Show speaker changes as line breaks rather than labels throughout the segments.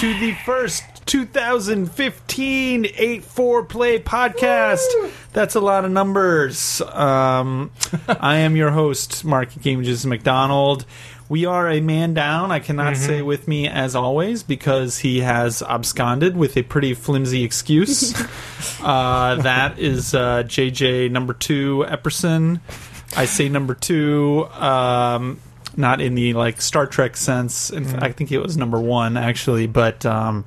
to the first 2015 8-4 Play podcast. That's a lot of numbers. Um, I am your host, Mark Gameges McDonald. We are a man down. I cannot say with me as always because he has absconded with a pretty flimsy excuse. uh, that is uh, JJ number two Epperson. I say number two, um, not in the like Star Trek sense. In
Mm-hmm.
fact, I think it was number one actually, but um,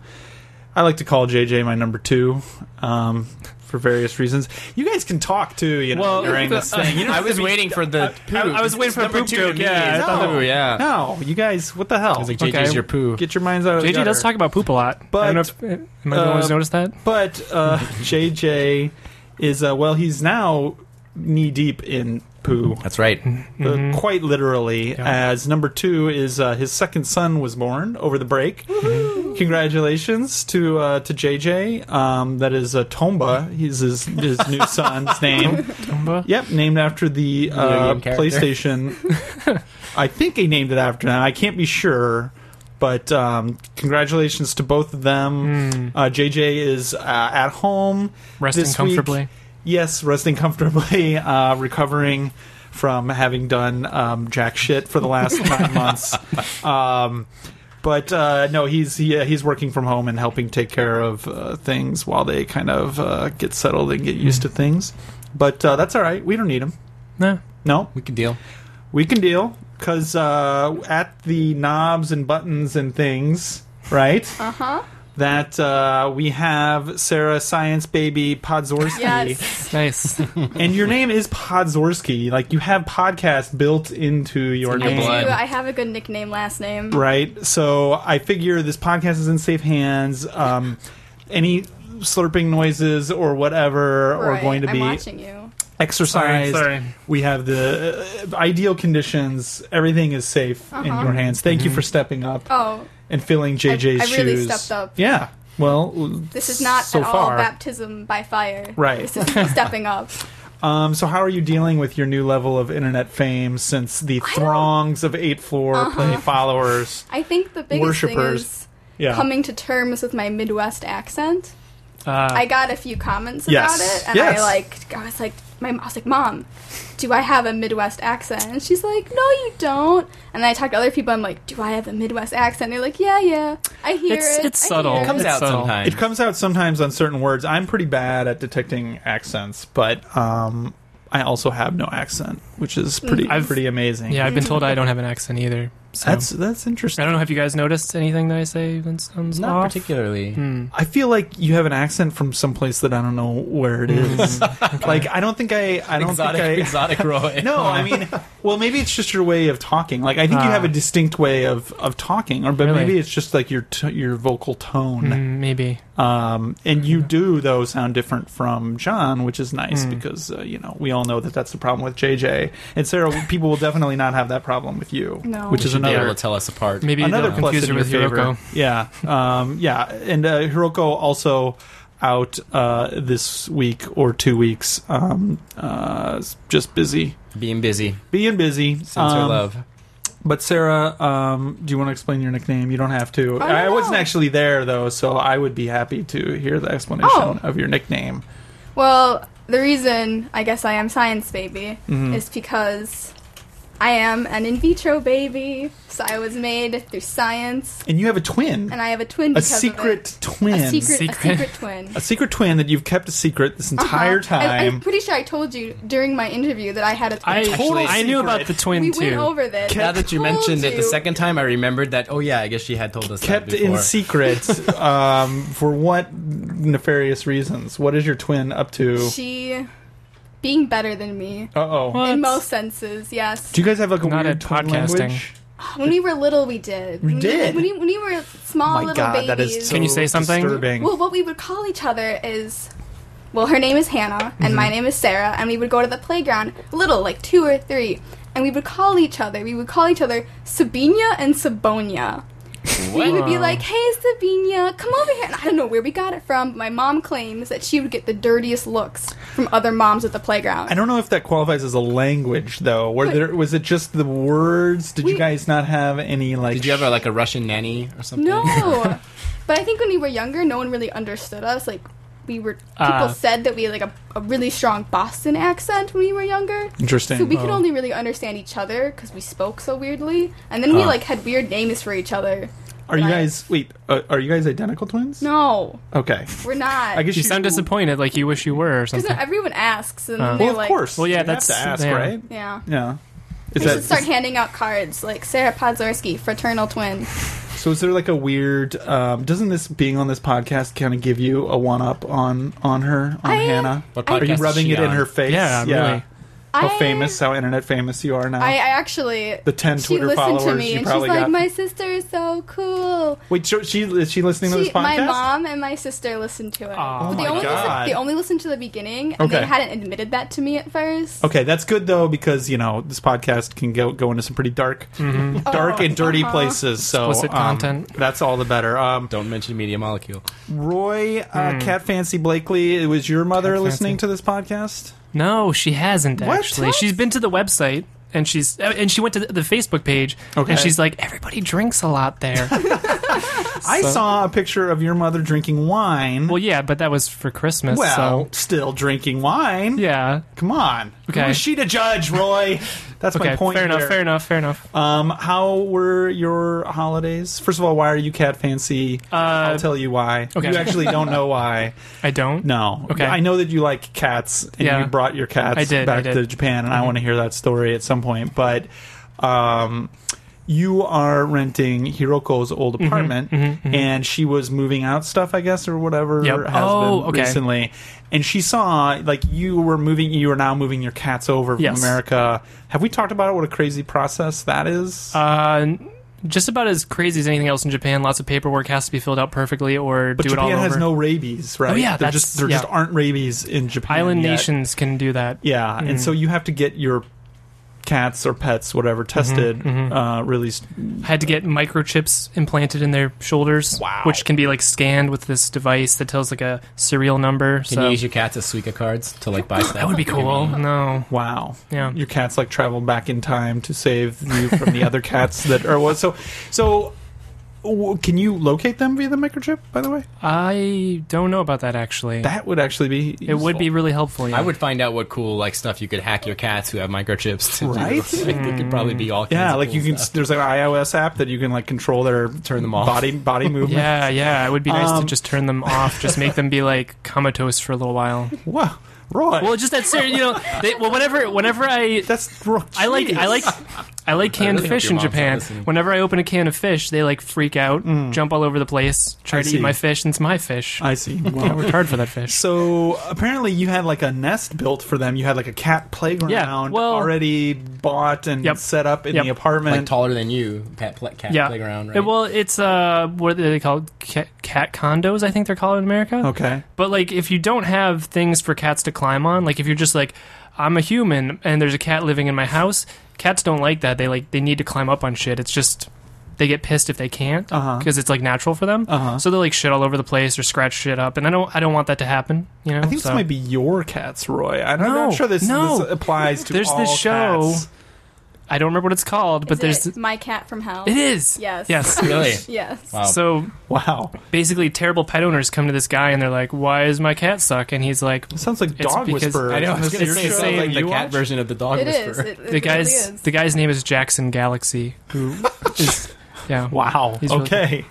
I like to call JJ my number two um, for various reasons. You guys can talk too, you know, during
uh,
this thing. You don't
Oh, I
have
was
to be-
waiting for the poo.
I was waiting for
Number
poop
two
joke,
to me.
yeah, I
No.
thought that we- yeah.
No, you guys, what the hell?
was like, JJ's your poo.
Get your minds out of the
JJ does
gutter.
talk about poop a lot. I don't know
But,
if am I the
uh,
one who's noticed that.
But uh, JJ is, uh, well, he's now knee deep in poo,
That's right.
uh,
Mm-hmm.
quite literally, as number two is uh, his second son was born over the break.
Mm-hmm.
Congratulations to uh, to JJ. Um, that is uh, Tomba. He's his, his new son's name.
Dumba?
Yep, named after the uh,
game character.
PlayStation. I think they named it after that. I can't be sure, but um, congratulations to both of them. Uh, JJ is uh, at home
Hmm. Resting
this
comfortably.
Week. Yes, resting comfortably, uh, recovering from having done um, jack shit for the last nine months. Um, but uh, no, he's he, uh, he's working from home and helping take care of uh, things while they kind of uh, get settled and get used to things. But uh, that's all right. We don't need him.
No.
No,
We can deal.
we can deal because uh, at the knobs and buttons and things, right?
Uh huh.
That uh, we have Sarah Science Baby Podzorski,
Yes.
Nice.
and your name is Podzorski. Like you have podcast built into your
in
I
your
do.
name.
blood.
I have a good nickname, last name.
Right. So I figure this podcast is in safe hands. Um, any slurping noises or whatever are
Right,
going to
I'm
be
watching you.
exercised.
Sorry, sorry.
We have the uh, ideal conditions. Everything is safe in
Uh-huh.
your hands. Thank
Mm-hmm.
you for stepping up
Oh,
and filling JJ's
I really
shoes.
stepped up.
Yeah. Well,
this is not
so
at
far.
all baptism by fire.
Right.
This is stepping up.
Um, so, how are you dealing with your new level of internet fame since the throngs of eight floor play followers?
I think the biggest
Worshippers.
thing is
Yeah.
coming to terms with my Midwest accent.
Uh,
I got a few comments
Yes.
about it, and
Yes.
I like, I was like, my I was like, mom, do I have a Midwest accent? And she's like, no, you don't. And I talked to other people. I'm like, do I have a Midwest accent? And they're like, yeah, yeah, I hear
It's-
it.
it's
I
subtle.
hear it."
It comes
It's
out
subtle.
sometimes.
It comes out sometimes on certain words. I'm pretty bad at detecting accents, but um, I also have no accent, which is pretty
I've-
pretty amazing.
yeah, I've been told I don't have an accent either. So
that's that's
I
interesting.
don't know if you guys noticed anything that I say that sounds
Not
off.
particularly.
Hmm.
I feel like you have an accent from someplace that I don't know where it
Mm. Hmm,
is. like I don't think I I don't
Exotic,
think I
exotic Roy.
No, I mean, well, maybe it's just your way of talking. Like, I think you
Ah.
have a distinct way of, of talking, or but
Really?
maybe it's just like your t- your vocal tone.
Mm, maybe.
Um, and you do though sound different from John, which is
Hmm.
nice because uh, you know we all know that that's the problem with JJ and Sarah. People will definitely not have that problem with you,
No.
which is
should be able
another
to tell us apart.
Maybe
another
they'll
plus
confuse
in
her
your
with
favor.
Hiroko.
Yeah, um, yeah, and uh, Hiroko also out uh, this week or two weeks. Um, uh, just busy,
Being busy.
being busy.
Sends her
Um,
love.
But Sarah, um, do you want to explain your nickname? You don't have to.
I don't
I, wasn't
know.
actually there though, so I would be happy to hear the explanation
Oh.
of your nickname.
Well, the reason I guess I am science baby
Mm-hmm.
is because I am an in vitro baby. So I was made through science,
And you have a twin,
and I have a twin.
a
Because
secret
Of
twin,
it. A secret,
Secret.
a secret twin.
A secret twin that you've kept a secret this entire
Uh-huh. I,
time.
am pretty sure I told you during my interview that I had a twin.
I,
Total
I knew
secret.
about the twin
we
too.
went over this.
Now that you mentioned it the
Told you.
second time, I remembered that. Oh yeah, I guess she had told us that
kept in
before.
secret um, for what nefarious reasons? What is your twin up to?
She being better than me
Uh oh.
What?
in most senses. Yes.
Do you guys have like a
Not
weird
at
twin
podcasting.
language?
When we were little, we did. We
did?
When we, when we were small
My
little
God,
babies.
that is so
Can you say something?
Disturbing.
Well, what we would call each other is. Well, her name is Hannah, and my name is Sarah, and we would go to the playground, little, like two or three, and we would call each other, we would call each other Sabina and Sabonia. They would be
Wow.
like, "Hey, Sabina, come over here." And I don't know where we got it from. But my mom claims that she would get the dirtiest looks from other moms at the playground.
I don't know if that qualifies as a language though. Were
Wait.
there was it just the words? Did you
We-
guys not have any like?
Did you have a, like a Russian nanny or something?
No, but I think when we were younger, no one really understood us. Like we were, people
Ah.
said that we had like a, a really strong Boston accent when we were younger.
Interesting. uh,
So we could
Oh.
only really understand each other because we spoke so weirdly, and then we
Ah.
like had weird names for each other.
Are you
Like-
guys wait? Uh, are you guys identical twins?
No,
Okay.
we're not.
I guess
You sound disappointed, like you wish you were or
Because
something.
everyone asks, and
Uh.
they're
Well, of
like,
course.
Well, yeah,
You have
that's-
to ask,
yeah.
right?
yeah.
Yeah. Is
we should start
is-
handing out cards like Sarah Podzorski, fraternal twin.
so? Is there like a weird? Um, doesn't this being on this podcast kind of give you a one up on on her on
I-
Hannah?
What
I-
Are you
podcast is
rubbing
she
it in
on?
her face?
Yeah, really.
How
I-
famous, how internet famous you are now.
I, I actually
the ten
she
Twitter
listened
followers
to me,
you
and she's
probably
like,
got.
"My sister is so cool."
Wait, so she is she listening to this
She- my
podcast?
mom and my sister listened to it.
Aw.
But
Oh
they
my
only
God.
Listened, they only listened to the beginning, and
Okay. Oh,
they hadn't admitted that to me at first.
Okay, that's good though because you know this podcast can go go into some pretty dark, dark and dirty
uh-huh.
places. So
Explicit
um,
content.
That's all the better. Um,
Don't mention Media Molecule.
Roy, uh, Cat Fancy Blakely, it was your mother
Cat
listening
Fancy.
to this podcast.
No, she hasn't
What?
actually.
What?
She's been to the website and she's uh, and she went to the the Facebook page
Okay.
and she's like everybody drinks a lot there.
I saw a picture of your mother drinking wine.
well, yeah, but that was for Christmas.
Well,
so.
still drinking wine.
yeah.
Come on.
Okay.
Who is she to judge, Roy? That's
Okay,
my point.
fair enough,
here.
fair enough, fair enough.
Um, how were your holidays? First of all, why are you cat fancy? I'll tell you why.
okay.
You actually don't know why.
I don't.
No.
Okay.
I know that you like cats, and
Yeah.
you brought your cats
I did,
back
I did. Mm-hmm.
to Japan, and I want to hear that story at some point. But um, you are renting Hiroko's old
Mm-hmm.
apartment, and she was moving out stuff, I guess, or whatever
Yep.
has
Oh,
been
okay.
recently. And she saw like you were moving. You are now moving your cats over from
Yes.
America. Have we talked about what a crazy process that is?
Uh, n- just about as crazy as anything else in Japan. Lots of paperwork has to be filled out perfectly, or
but
do
Japan
it all
has
over.
no rabies, right?
Oh, yeah,
there
that's-
just there just
yeah.
aren't rabies in Japan.
Island
yet.
nations can do that.
Yeah, and
Hmm.
so you have to get your cats or pets, whatever,
Mm-hmm,
tested, uh, released.
had to get microchips implanted in their shoulders,
Wow.
which can be like scanned with this device that tells like a serial number.
Can
so
you use your cats as Suica cards to like buy stuff?
that would be cool. No,
Wow.
Yeah.
Your cats like travel back in time to save you from the other cats that are what? So, so w- can you locate them via the microchip? By the way,
I don't know about that actually.
that would actually be
it would be
useful.
really helpful. Yeah.
I would find out what cool like stuff you could hack your cats who have microchips. To do.
Right?
Like, they could probably be all. Kinds
Yeah,
of
like
cool
you can.
stuff.
There's like an iOS app that you can like control their turn
them off.
body body movement.
Yeah, yeah. It would be nice
Um,
to just turn them off. Just make them be like comatose for a little while.
Wow, Roy.
Well, just that serial. You know, they, well, whenever, whenever I
that's Roy.
I like I like I like canned
really hope
fish
your
in
mom's not
Japan.
listening.
Whenever I open a can of fish, they like freak out, jump all over the place,
Mm.
try
I
to
see.
eat my fish, and it's my fish. I,
I see. Wow.
worked hard for that fish.
So apparently, you had like a nest built for them. You had like a cat playground
Yeah, well-
already bought and
Yep.
set up in
Yep.
the apartment.
like taller than you, pet pla- cat
Yeah.
playground. Right?
Uh, Well, it's uh, what are they called? Cat, cat condos, I think they're called in America.
okay,
But like, if you don't have things for cats to climb on, like if you're just like, I'm a human and there's a cat living in my house, cats don't like that. They like they need to climb up on shit. It's just they get pissed if they can't
Uh-huh.
because it's like natural for them.
Uh-huh.
So they like shit all over the place or scratch shit up, and I don't I don't want that to happen. You know,
I think
so.
this might be your cats, Roy. I'm
No,
not sure this,
no.
this applies to
There's
all
this show,
cats.
I don't remember what it's called, but
Is
there's
it my cat from hell.
it is
Yes.
yes.
really.
Yes.
Wow.
So
Wow,
basically, terrible pet owners come to this guy and they're like, "Why is my cat suck?" And he's like,
it sounds like
It's
dog
because-
whisperer.
I know. I was
Isn't
gonna
this
say
your
it
show
sounds like
that
the
you
cat
watch?
version of the dog
It is.
whisperer.
It, it
the guy's
really is.
the guy's name is Jackson Galaxy. Who is yeah?
Wow.
He's really-
okay.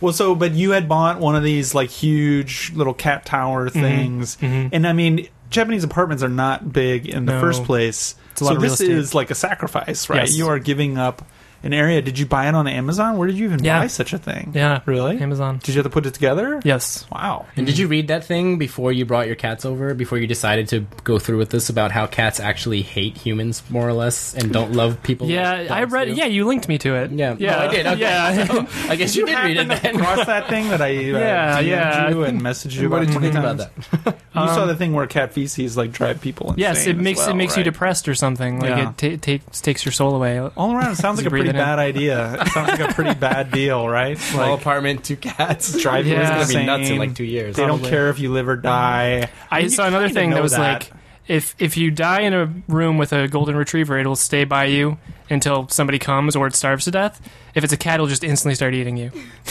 well, so but you had bought one of these like huge little cat tower
Mm-hmm.
things, and I mean. Japanese apartments are not big in the
No.
first place,
It's a lot
so
of real
this
estate.
is like a sacrifice, right?
Yes.
You are giving up an area. Did you buy it on Amazon? Where did you even
Yeah.
buy such a thing?
Yeah,
really.
Amazon.
Did you have to put it together?
Yes.
Wow.
And did you read that thing before you brought your cats over? Before you decided to go through with this about how cats actually hate humans more or less and don't love people?
Yeah,
like
I
dogs
read.
do?
Yeah, you linked me to it.
Yeah.
yeah,
Oh, I did. Okay.
Yeah,
I guess you, did read it
happen
then.
across that thing that I uh,
Yeah,
DM'd
yeah,
you
I
and
think-
messaged you
What
about
did you
20
think
times.
about that?
You saw the thing where cat feces like drive people insane.
yes, it
as
makes
well,
it makes you
right?
depressed or something. Like
Yeah.
it ta takes takes your soul away.
All around, it sounds
Did
like
you
a
read
pretty
it in.
bad idea. It sounds like a pretty bad deal, right?
Small
Like,
apartment, two cats.
drive you
Yeah.
It's
It's
gonna
insane.
be nuts in like two years.
They don't care if you live or die.
I
mean, you
saw another
kinda
thing
know
that was like, if if you die in a room with a golden retriever, it'll stay by you until somebody comes or it starves to death. If it's a cat, it'll just instantly start eating you.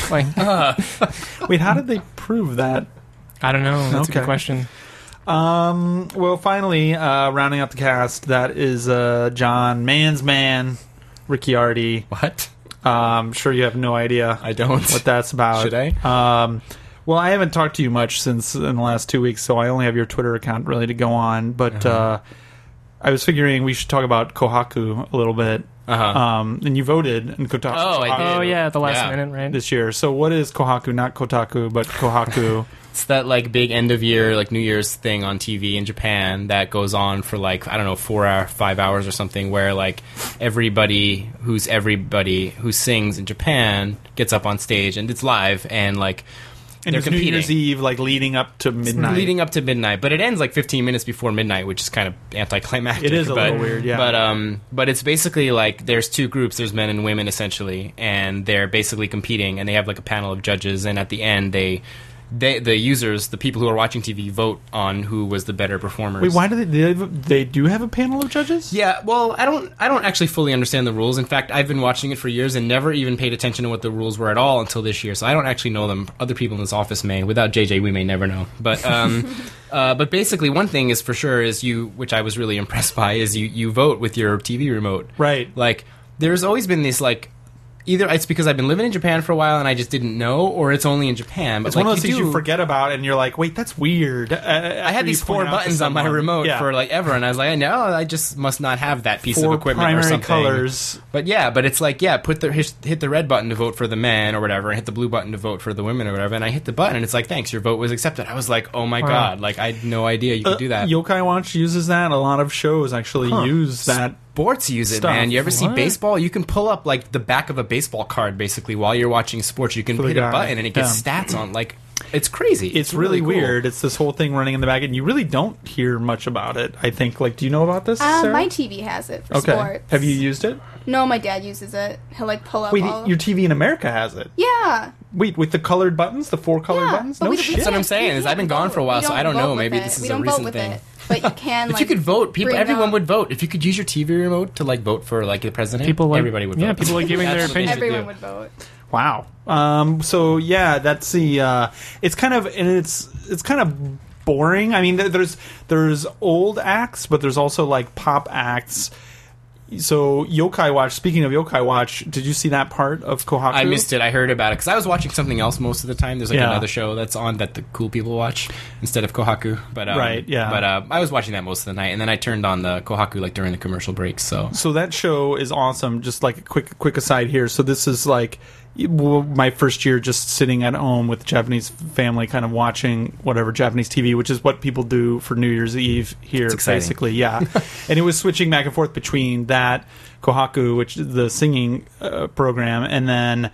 Like,
Wait, how did they prove that?
I don't know. That's a
Okay.
good question.
Um, well, finally, uh, rounding out the cast, that is uh, John Man's Man, Ricciardi.
What?
Um, I'm sure you have no idea
I don't.
what that's about.
Should I?
Um, well, I haven't talked to you much since in the last two weeks, so I only have your Twitter account really to go on. But
Uh-huh.
uh I was figuring we should talk about Kohaku a little bit.
Uh-huh.
Um, and you voted in Kotaku
Oh, I did.
Oh yeah, at the last
Yeah.
minute, right?
this year. So what is Kohaku? Not Kotaku, but Kohaku.
It's that like big end of year, like New Year's thing on TV in Japan that goes on for like I don't know four hour, five hours or something, where like everybody who's everybody who sings in Japan gets up on stage and it's live and like
and
they're
it's New
competing.
Year's Eve, like leading up to midnight.
Leading up to midnight, but it ends like 15 minutes before midnight, which is kind of anticlimactic.
It is a
but,
little weird, yeah.
But um, but it's basically like there's two groups. There's men and women essentially, and they're basically competing, and they have like a panel of judges, and at the end they. They, the users, the people who are watching TV, vote on who was the better performers.
Wait, why do they, they they do have a panel of judges?
Yeah, well, I don't I don't actually fully understand the rules. In fact, I've been watching it for years and never even paid attention to what the rules were at all until this year. So I don't actually know them. Other people in this office may. Without JJ, we may never know. But um uh, but basically one thing is for sure is you which I was really impressed by is you you vote with your TV remote.
Right.
Like there's always been this like Either it's because I've been living in Japan for a while and I just didn't know, or it's only in Japan. But
It's
like,
one of those
you
things
do,
you forget about, and you're like, "Wait, that's weird." Uh,
I had these four buttons on my remote for like ever, and I was like, no, I just must not have that piece
four
of equipment
primary
or something.
colors.
But yeah, but it's like yeah, put the hit hit the red button to vote for the men or whatever, and hit the blue button to vote for the women or whatever. And I hit the button, and it's like thanks, your vote was accepted. I was like, oh my god, like I had no idea you could do that.
Uh, Yokai Watch uses that. A lot of shows actually use that.
Sports use it,
Stuff.
man. You ever see
What?
baseball? You can pull up like the back of a baseball card basically while you're watching sports. You can
For the
hit a
guy.
button, and it gets stats on like. It's crazy.
It's really,
cool.
weird. It's this whole thing running in the back, and you really don't hear much about it. I think. Like, do you know about this?
Uh,
Sarah?
my TV has it for
okay.
sports.
Have you used it?
No, my dad uses it. He'll like pull up
Wait,
all.
your TV in America has it.
yeah.
Wait, with the colored buttons, the four colored
yeah,
buttons.
but
No
we- we
shit.
That's what I'm
can't-
saying,
we
is I've been
can't
gone
vote.
for a while,
We
so I
don't
know,
vote with
maybe
it.
this is
we
a
don't
recent
vote with
thing.
It. But you can.
If
like,
you could vote, people,
bring
everyone
up-
would vote. If you could use your TV remote to like vote for like the president,
People like-
everybody would.
yeah,
vote.
people like giving their
That's what you should
opinion.
Everyone
do.
would vote.
Wow. Um, so yeah, that's the. Uh, it's kind of and it's it's kind of boring. I mean, there- there's there's old acts, but there's also like pop acts. So Yokai Watch. Speaking of Yokai Watch, did you see that part of Kohaku?
I missed it. I heard about it because I was watching something else most of the time. There's like
Yeah.
another show that's on that the cool people watch instead of Kohaku. But um,
Right, yeah.
But uh, I was watching that most of the night, and then I turned on the Kohaku like during the commercial break. So
So that show is awesome. Just like a quick quick aside here. So this is like well, my first year just sitting at home with the Japanese family, kind of watching whatever Japanese TV, which is what people do for New Year's Eve here,
exciting.
basically. Yeah, and it was switching back and forth between that Kohaku, which is the singing uh, program, and then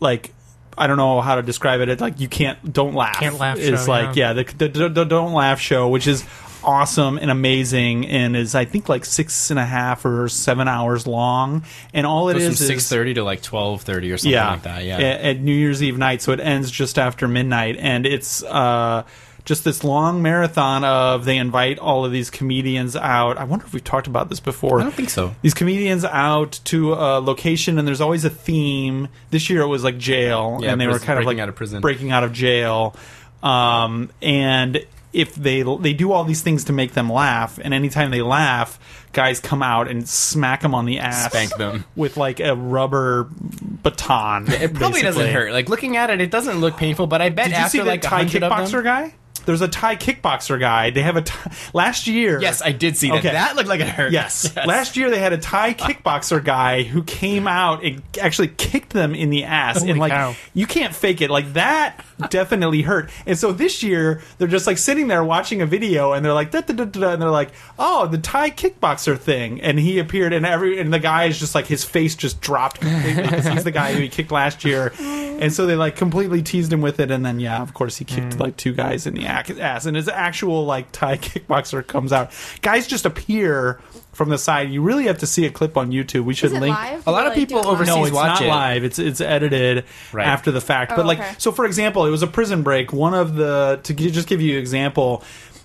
like. I don't know how to describe it. It's like you can't, don't laugh.
Can't laugh
It's
show,
like
yeah.
yeah, the, the, the- the Don't Laugh show, which is awesome and amazing, and is I think like six and a half or seven hours long, and all it
it
is
goes from
is
six thirty to like twelve thirty or something
yeah,
like that. Yeah.
a- at, New Year's Eve night, so it ends just after midnight, and it's uh, just this long marathon of they invite all of these comedians out. I wonder if we've talked about this before.
I don't think so.
These comedians out to a location, and there's always a theme. This year it was like jail,
Yeah,
and they
prison-
were kind of
breaking
like
out of prison.
breaking out of jail. Um, and if they they do all these things to make them laugh, and anytime they laugh, guys come out and smack them on the ass,
Spank them.
with like a rubber baton.
It probably doesn't
basically.
hurt. Like looking at it, it doesn't look painful. But I bet
Did you
after
see
like
the Thai
100 of them-
kickboxer guy? There's a Thai kickboxer guy. They have a Thai- last year.
Yes, I did see that.
Okay.
That looked like it hurt.
Yes. Last year they had a Thai kickboxer guy who came out and actually kicked them in the ass. and
Holy
like
cow.
you can't fake it. Like that definitely hurt. And so this year they're just like sitting there watching a video and they're like da da da da da, and they're like, "Oh, the Thai kickboxer thing." And he appeared and every and the guy is just like his face just dropped completely because he's the guy who he kicked last year. And so they like completely teased him with it and then yeah, of course he kicked like two guys in the ac- ass, and his actual like Thai kickboxer comes out. Guys just appear from the side. You really have to see a clip on YouTube. We should
Is it
link.
live?
A lot of
Like, do
people
it live?
overseas
No, it's
watch
not
it.
live. It's it's edited
Right.
after the fact. but
Oh,
like,
okay.
so for example, it was a prison break. One of the to gi- just give you an example.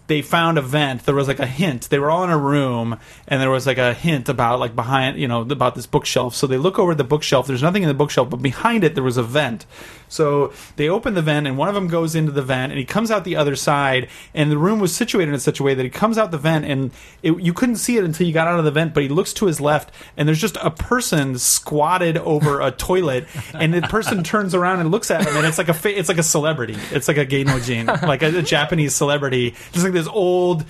They found a vent. There was like a hint. They were all in a room, and there was like a hint about like behind, you know, about this bookshelf. So they look over the bookshelf. There's nothing in the bookshelf, but behind it there was a vent. So they open the vent, and one of them goes into the vent, and he comes out the other side. And the room was situated in such a way that he comes out the vent, and it, you couldn't see it until you got out of the vent. But he looks to his left, and there's just a person squatted over a toilet, and the person turns around and looks at him, and it's like a fa- it's like a celebrity, it's like a gay no jin, like a, a Japanese celebrity, just like this old.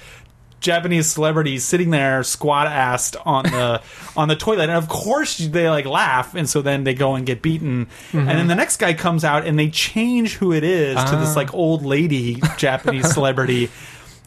Japanese celebrity sitting there squat assed on the on the toilet, and of course they like laugh, and so then they go and get beaten, and then the next guy comes out and they change who it is to this like old lady Japanese celebrity.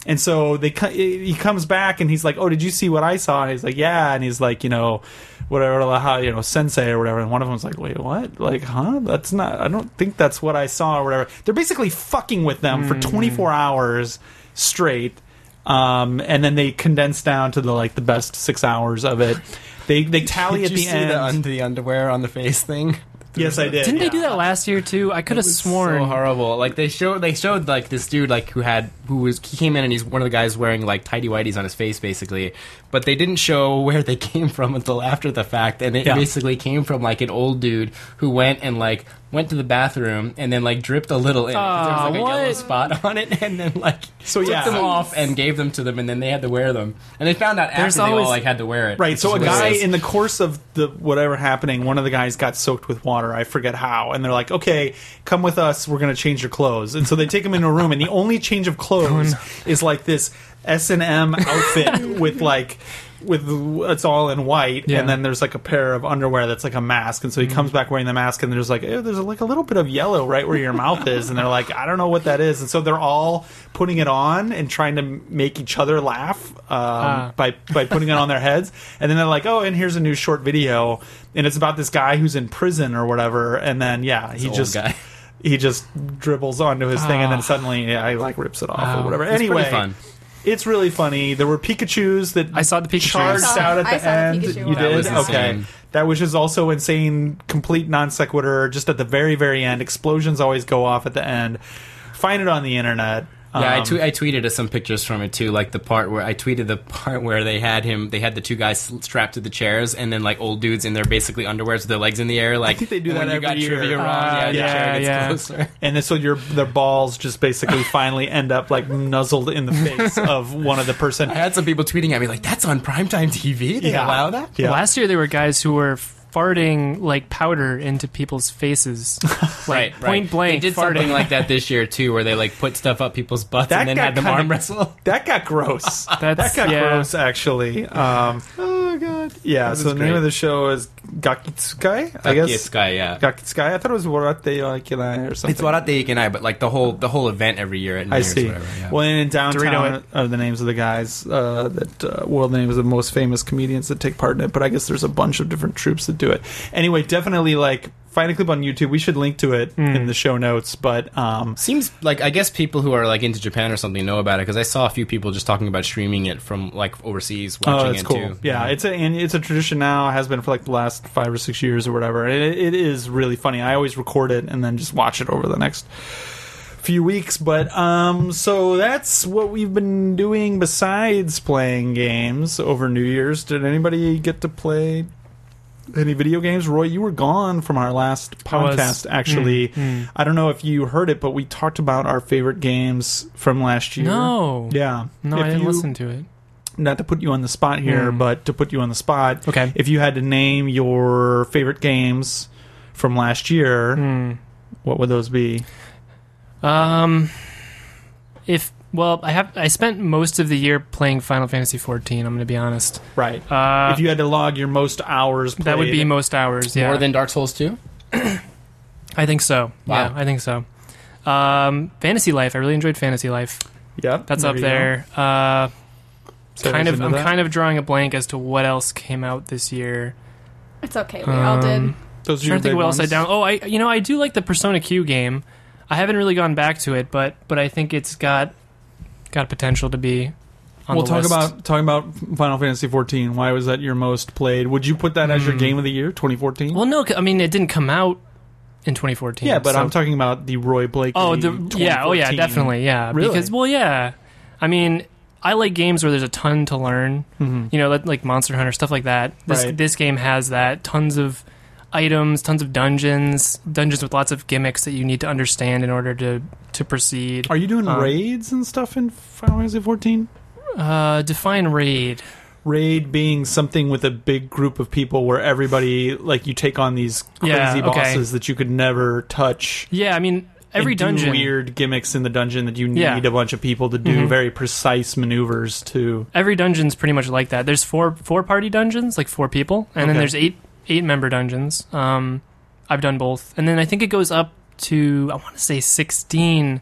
And so they co- he comes back and he's like, "Oh, did you see what I saw?" And he's like, "Yeah." And he's like, "You know, whatever, like, how you know, sensei or whatever." And one of them's like, "Wait, what? Like, huh? That's not. I don't think that's what I saw or whatever." They're basically fucking with them
Hmm.
for 24 hours straight, um, and then they condense down to the like the best six hours of it. They they tally
Did
at
you
the
see
end.
the, un- the underwear on the face thing?
yes, I did.
Didn't
yeah.
they do that last year too? I could have sworn.
so horrible. Like they showed, they showed like this dude like who had who was he came in and he's one of the guys wearing like tidy whities on his face basically, but they didn't show where they came from until after the fact, and it
Yeah.
basically came from like an old dude who went and like went to the bathroom and then like dripped a little in it 'cause there was
Aw,
like a yellow
what?
spot on it, and then like
So,
took
yeah.
them off and gave them to them, and then they had to wear them, and they found out
There's
after they
always-
all like had to wear it.
Right.
which
So a
is
guy
hilarious.
in the course of the whatever happening, one of the guys got soaked with water. I forget how, and they're like, "Okay, come with us. We're going to change your clothes." And so they take him into a room, and the only change of clothes is like this S and M outfit with like with it's all in white,
Yeah.
and then there's like a pair of underwear that's like a mask. And so
Mm-hmm.
he comes back wearing the mask, and there's like eh, there's like a little bit of yellow right where your mouth is, and they're like, "I don't know what that is." And so they're all putting it on and trying to make each other laugh. Um,
Ah.
by by putting it on their heads, and then they're like, "Oh, and here's a new short video, and it's about this guy who's in prison or whatever." And then yeah, he
old
just
guy.
he just dribbles onto his thing, and then
Ah.
suddenly yeah, he like rips it off
Wow.
or whatever.
Ah. It's pretty
anyway,
fun.
it's really funny. There were Pikachu's that
I saw the Pikachu's.
charged
I saw-
out at
I
the
saw the
end.
Pikachu
you
one.
That
did
was
okay.
insane.
That was just also insane, complete non sequitur. Just at the very very end, explosions always go off at the end. Find it on the internet.
Yeah, I,
Um,
tw- I tweeted us some pictures from it too, like the part where I tweeted the part where they had him, they had the two guys strapped to the chairs, and then like old dudes in their basically underwear, so their legs in the air. Like
think they do
and
that
when you got
every year.
trivia wrong.
Ah,
yeah,
yeah,
the chair gets
yeah.
closer.
and then so your their balls just basically finally end up like nuzzled in the face of one of the person.
I had some people tweeting at me like, "That's on primetime TV. They
Yeah.
allow that."
Yeah.
Last year there were guys who were farting like powder into people's faces, like
Right, right.
point blank
They did something
farting.
like that this year too, where they like put stuff up people's butts
That
and then
got
had them
kinda-
arm wrestle.
That got gross.
That's-
that got
yeah.
gross, actually. Um, oh god. Yeah. So the
great.
name of the show is Gakitsukai. I
Yes,
guess
guy, yeah.
Gakitsukai. I thought it was Warate Yakinai or something.
It's Warate Ikenai, but like the whole the whole event every year at New
I
Year's,
see.
whatever. Yeah.
Well, and in
Dorito
downtown
it.
are the names of the guys uh, that uh, well, the names of the most famous comedians that take part in it. But I guess there's a bunch of different troops that do it. Anyway, definitely like find a clip on YouTube. We should link to it
Hmm.
in the show notes. But um,
Seems like I guess people who are like into Japan or something know about it because I saw a few people just talking about streaming it from like overseas watching
oh, that's
it
cool.
too.
Yeah, it's a and it's a tradition now. Has been for like the last five or six years or whatever. And it, it is really funny. I always record it and then just watch it over the next few weeks. But um, so that's what we've been doing besides playing games over New Year's. Did anybody get to play? Any video games, Roy? You were gone from our last
I was. Mm.
podcast. Actually,
Hmm,
I don't know if you heard it, but we talked about our favorite games from last year.
No,
yeah,
no,
If
I didn't
you-
listen to it.
not to put you on the spot here,
Mm.
but to put you on the spot.
Okay.
If you had to name your favorite games from last year,
Hmm.
what would those be?
Um, if well, I have I spent most of the year playing Final Fantasy 14. I'm going to be honest.
Right.
Uh,
if you had to log your most hours, played,
that would be most hours. Yeah,
More than Dark Souls 2?
I think so.
Wow.
Yeah, I think so. Um, Fantasy Life. I really enjoyed Fantasy Life.
yeah.
That's up
you
there. Uh,
go. So
kind
there's
of. I'm
another-
kind of drawing a blank as to what else came out this year.
It's okay. We all did.
Um,
Those are
trying
your
to think
big
what else I
ones.
down. Oh, I you know I do like the Persona Q game. I haven't really gone back to it, but but I think it's got got a potential to be on
we'll
the
talk
list.
about talking about Final Fantasy 14. Why was that your most played? Would you put that as your game of the year 2014?
Hmm. Well, no, 'cause- I mean it didn't come out in 2014.
yeah, but
so-
I'm talking about the Roy Blake.
Oh, the, yeah, oh yeah, definitely, yeah.
Really?
Because well, yeah. I mean, I like games where there's a ton to learn. You know, like, like Monster Hunter stuff like that. This
Mm-hmm. Right.
this game has that tons of items, tons of dungeons, dungeons with lots of gimmicks that you need to understand in order to to proceed.
Are you doing
Um,
raids and stuff in Final Fantasy 14?
Uh, define raid.
Raid being something with a big group of people where everybody like you take on these crazy
Yeah, okay.
bosses that you could never touch.
Yeah, I mean every
and do
dungeon.
weird gimmicks in the dungeon that you need
Yeah.
a bunch of people to do
Mhm.
very precise maneuvers to.
Every dungeon's pretty much like that. There's four four party dungeons, like four people, and then
Okay.
there's eight eight member dungeons. Um, I've done both, and then I think it goes up to I want to say sixteen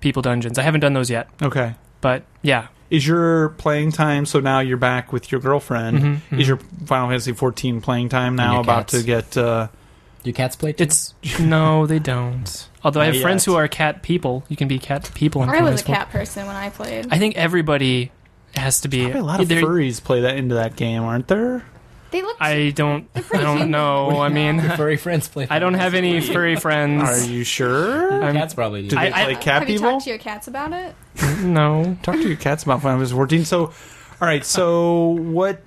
people dungeons. I haven't done those yet,
Okay.
but yeah,
Is your playing time so now you're back with your girlfriend?
Mhm,
Is
mhm.
your Final Fantasy 14 playing time now
your
about
cats.
to get uh
Do cats play too?
it's no, they don't. Although I
Not
have friends
yet.
who are cat people. You can be cat people. In
Or I was a
Fantasy Four.
cat person when I played.
I think everybody has to be.
probably a lot of
they're-
furries play that into that game, aren't there?
they look.
I don't.
They're pretty
I don't
human.
know. I mean,
Your furry friends play.
I don't have any furry
Are
friends.
you sure?
I'm-
cats probably do.
Do they
I- I-
play cat
Have you
people?
talked to your cats about it?
No.
Talk to your cats about Final Fantasy 14. So, all right. So what?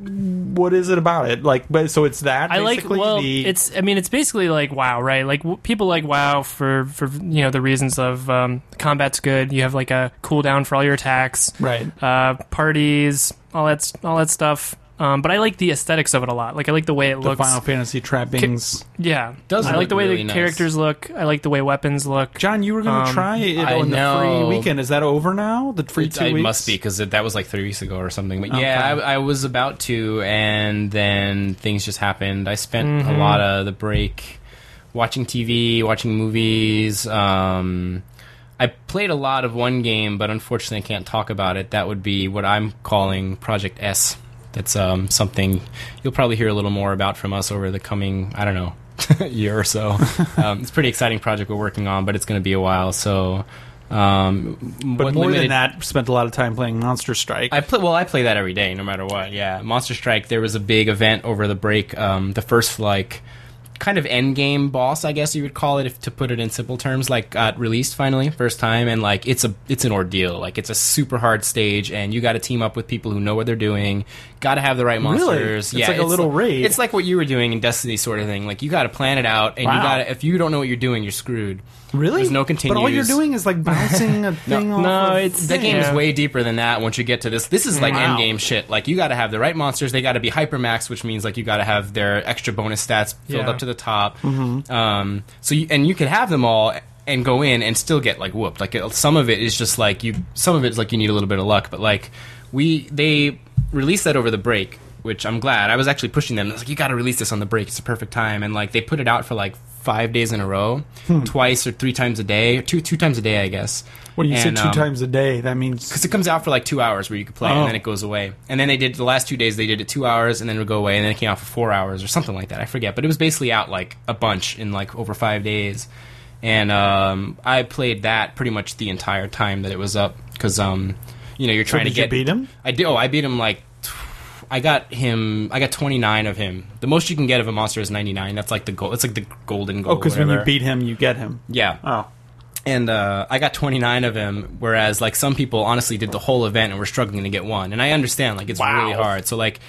What is it about it? Like, but so it's that.
I like
basically,
well,
the,
it's I mean it's basically like WoW, right? Like w- people like WoW for for you know the reasons of um, combat's good. You have like a cooldown for all your attacks,
right.
uh, parties, all that s- all that stuff. Um, but I like the aesthetics of it a lot. Like I like the way it
The
looks.
Final Fantasy trappings.
yeah,
Does
I like
look
the way
really
the
nice.
characters look. I like the way weapons look.
John, you were going to
Um,
try it
I
on the
know.
free weekend. Is that over now? The free
It,
two
it
weeks
must be because that was like three weeks ago or something. But
Okay.
yeah, I, I was about to, and then things just happened. I spent
Mm-hmm.
Mhm.
a lot of the break watching TV, watching movies. Um, I played a lot of one game, but unfortunately, I can't talk about it. That would be what I'm calling Project S. That's um, something you'll probably hear a little more about from us over the coming, I don't know, year or so. Um, it's a pretty exciting project we're working on, but it's going to be a while. So, um,
But
what
more than
limited-
that, spent a lot of time playing Monster Strike.
I play well. I play that every day, no matter what. Yeah, Monster Strike. There was a big event over the break. Um, the first like kind of end game boss, I guess you would call it, if to put it in simple terms, like got released finally, first time, and like it's a it's an ordeal. Like it's a super hard stage, and you got to team up with people who know what they're doing. Got to have the right
Really?
monsters.
It's like a little raid.
It's like what you were doing in Destiny, sort of thing. Like you got to plan it out, and you
Wow.
got to if you don't know what you're doing, you're screwed.
really?
there's no
But all you're
continues.
doing is like bouncing a thing off. of
No, it's-
That game
Yeah. Mm.
is way deeper than that. Once you get to this, this is like
Wow.
end game shit. Like you got to have the right monsters. They got to be hypermax, which means like you got to have their extra bonus stats filled
Yeah. Mm-hmm.
up to the top. Um, so you, and you could have them all and go in and still get like whooped. Like it, some of it is just like you. Some of it's like you need a little bit of luck. But like we they released that over the break, which I'm glad. I was actually pushing them. I was like, you got to release this on the break. It's the perfect time. And like they put it out for like five days in a row,
Hmm.
twice or three times a day, two two times a day, I guess.
When you say
And,
two
um,
times a day, that means
because it comes out for like two hours where you could play
Oh.
and then it goes away and then they did the last two days they did it two hours and then it would go away and then it came out for four hours or something like that i forget but it was basically out like a bunch in like over five days and um, i played that pretty much the entire time that it was up because um, you know you're trying
did
to
you
get
beat him?
i did oh i beat him like tw- I got him. I got 29 of him. The most you can get of a monster is 99. That's like the goal. It's like the golden goal.
oh, because when you
whatever.
beat him, you get him.
yeah
Oh,
and uh, I got 29 of him, whereas like some people honestly did the whole event and were struggling to get one. And I understand like it's
Wow.
really hard. So like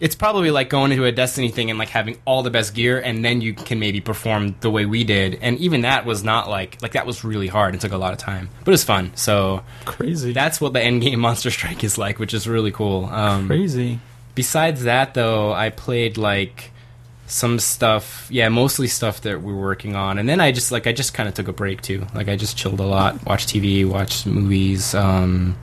it's probably like going into a Destiny thing and like having all the best gear, and then you can maybe perform the way we did. And even that was not like like that was really hard and took a lot of time, but it was fun. So
crazy!
that's what the end game Monster Strike is like, which is really cool. Um,
crazy.
besides that though i played like some stuff yeah mostly stuff that we were working on and then i just like i just kind of took a break too like i just chilled a lot watched tv watched movies um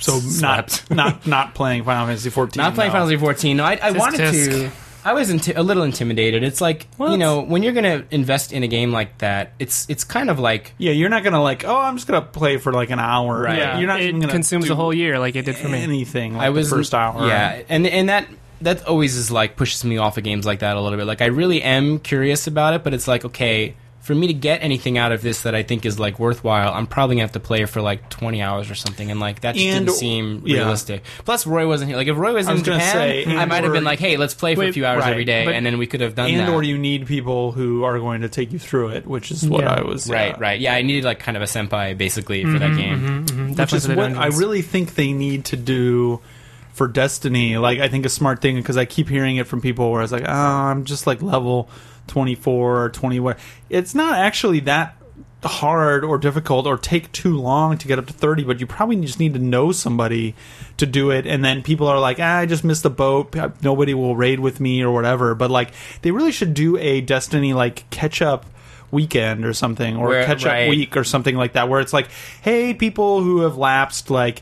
So
Slapped.
not not not playing Final Fantasy 14.
not playing
no.
final fantasy 14 no i, I
Tisk,
wanted
tisk.
to i was inti- a little intimidated it's like
What?
you know when you're gonna invest in a game like that it's it's kind of like
Yeah, you're not gonna like. Oh, I'm just gonna play for like an hour.
Right.
Yeah,
you're not
it
even gonna
consumes
do
the whole year, like it did for me.
anything. Like
I was
the first hour.
Yeah, and and that that always is like pushes me off of games like that a little bit. Like I really am curious about it, but it's like okay, for me to get anything out of this that I think is like worthwhile, I'm probably gonna have to play for like 20 hours or something, and like that just
And-
didn't seem
yeah.
realistic. Plus, Roy wasn't here. Like if Roy was,
I was
in
gonna
Japan,
say,
I
and
might have been
or-
like, hey, let's play for a
Wait,
few hours
right,
every day,
but-
and then we could have done
and
that.
or you need people who are going to take you through it, which is what
Yeah.
I was uh,
right,
yeah. Mm-hmm,
right. Yeah, I needed like kind of a senpai basically for that game.
Which
Mm-hmm. Definitely
is
for the
what
dungeons.
I really think they need to do for Destiny. Like, I think a smart thing because I keep hearing it from people where it's like, oh, I'm just like level 24 or 21. It's not actually that hard or difficult or take too long to get up to 30, but you probably just need to know somebody to do it. And then people are like, ah, I just missed the boat. Nobody will raid with me or whatever. But like, they really should do a Destiny like catch up weekend or something or
Where-
catch
right.
up week or something like that where it's like hey people who have lapsed like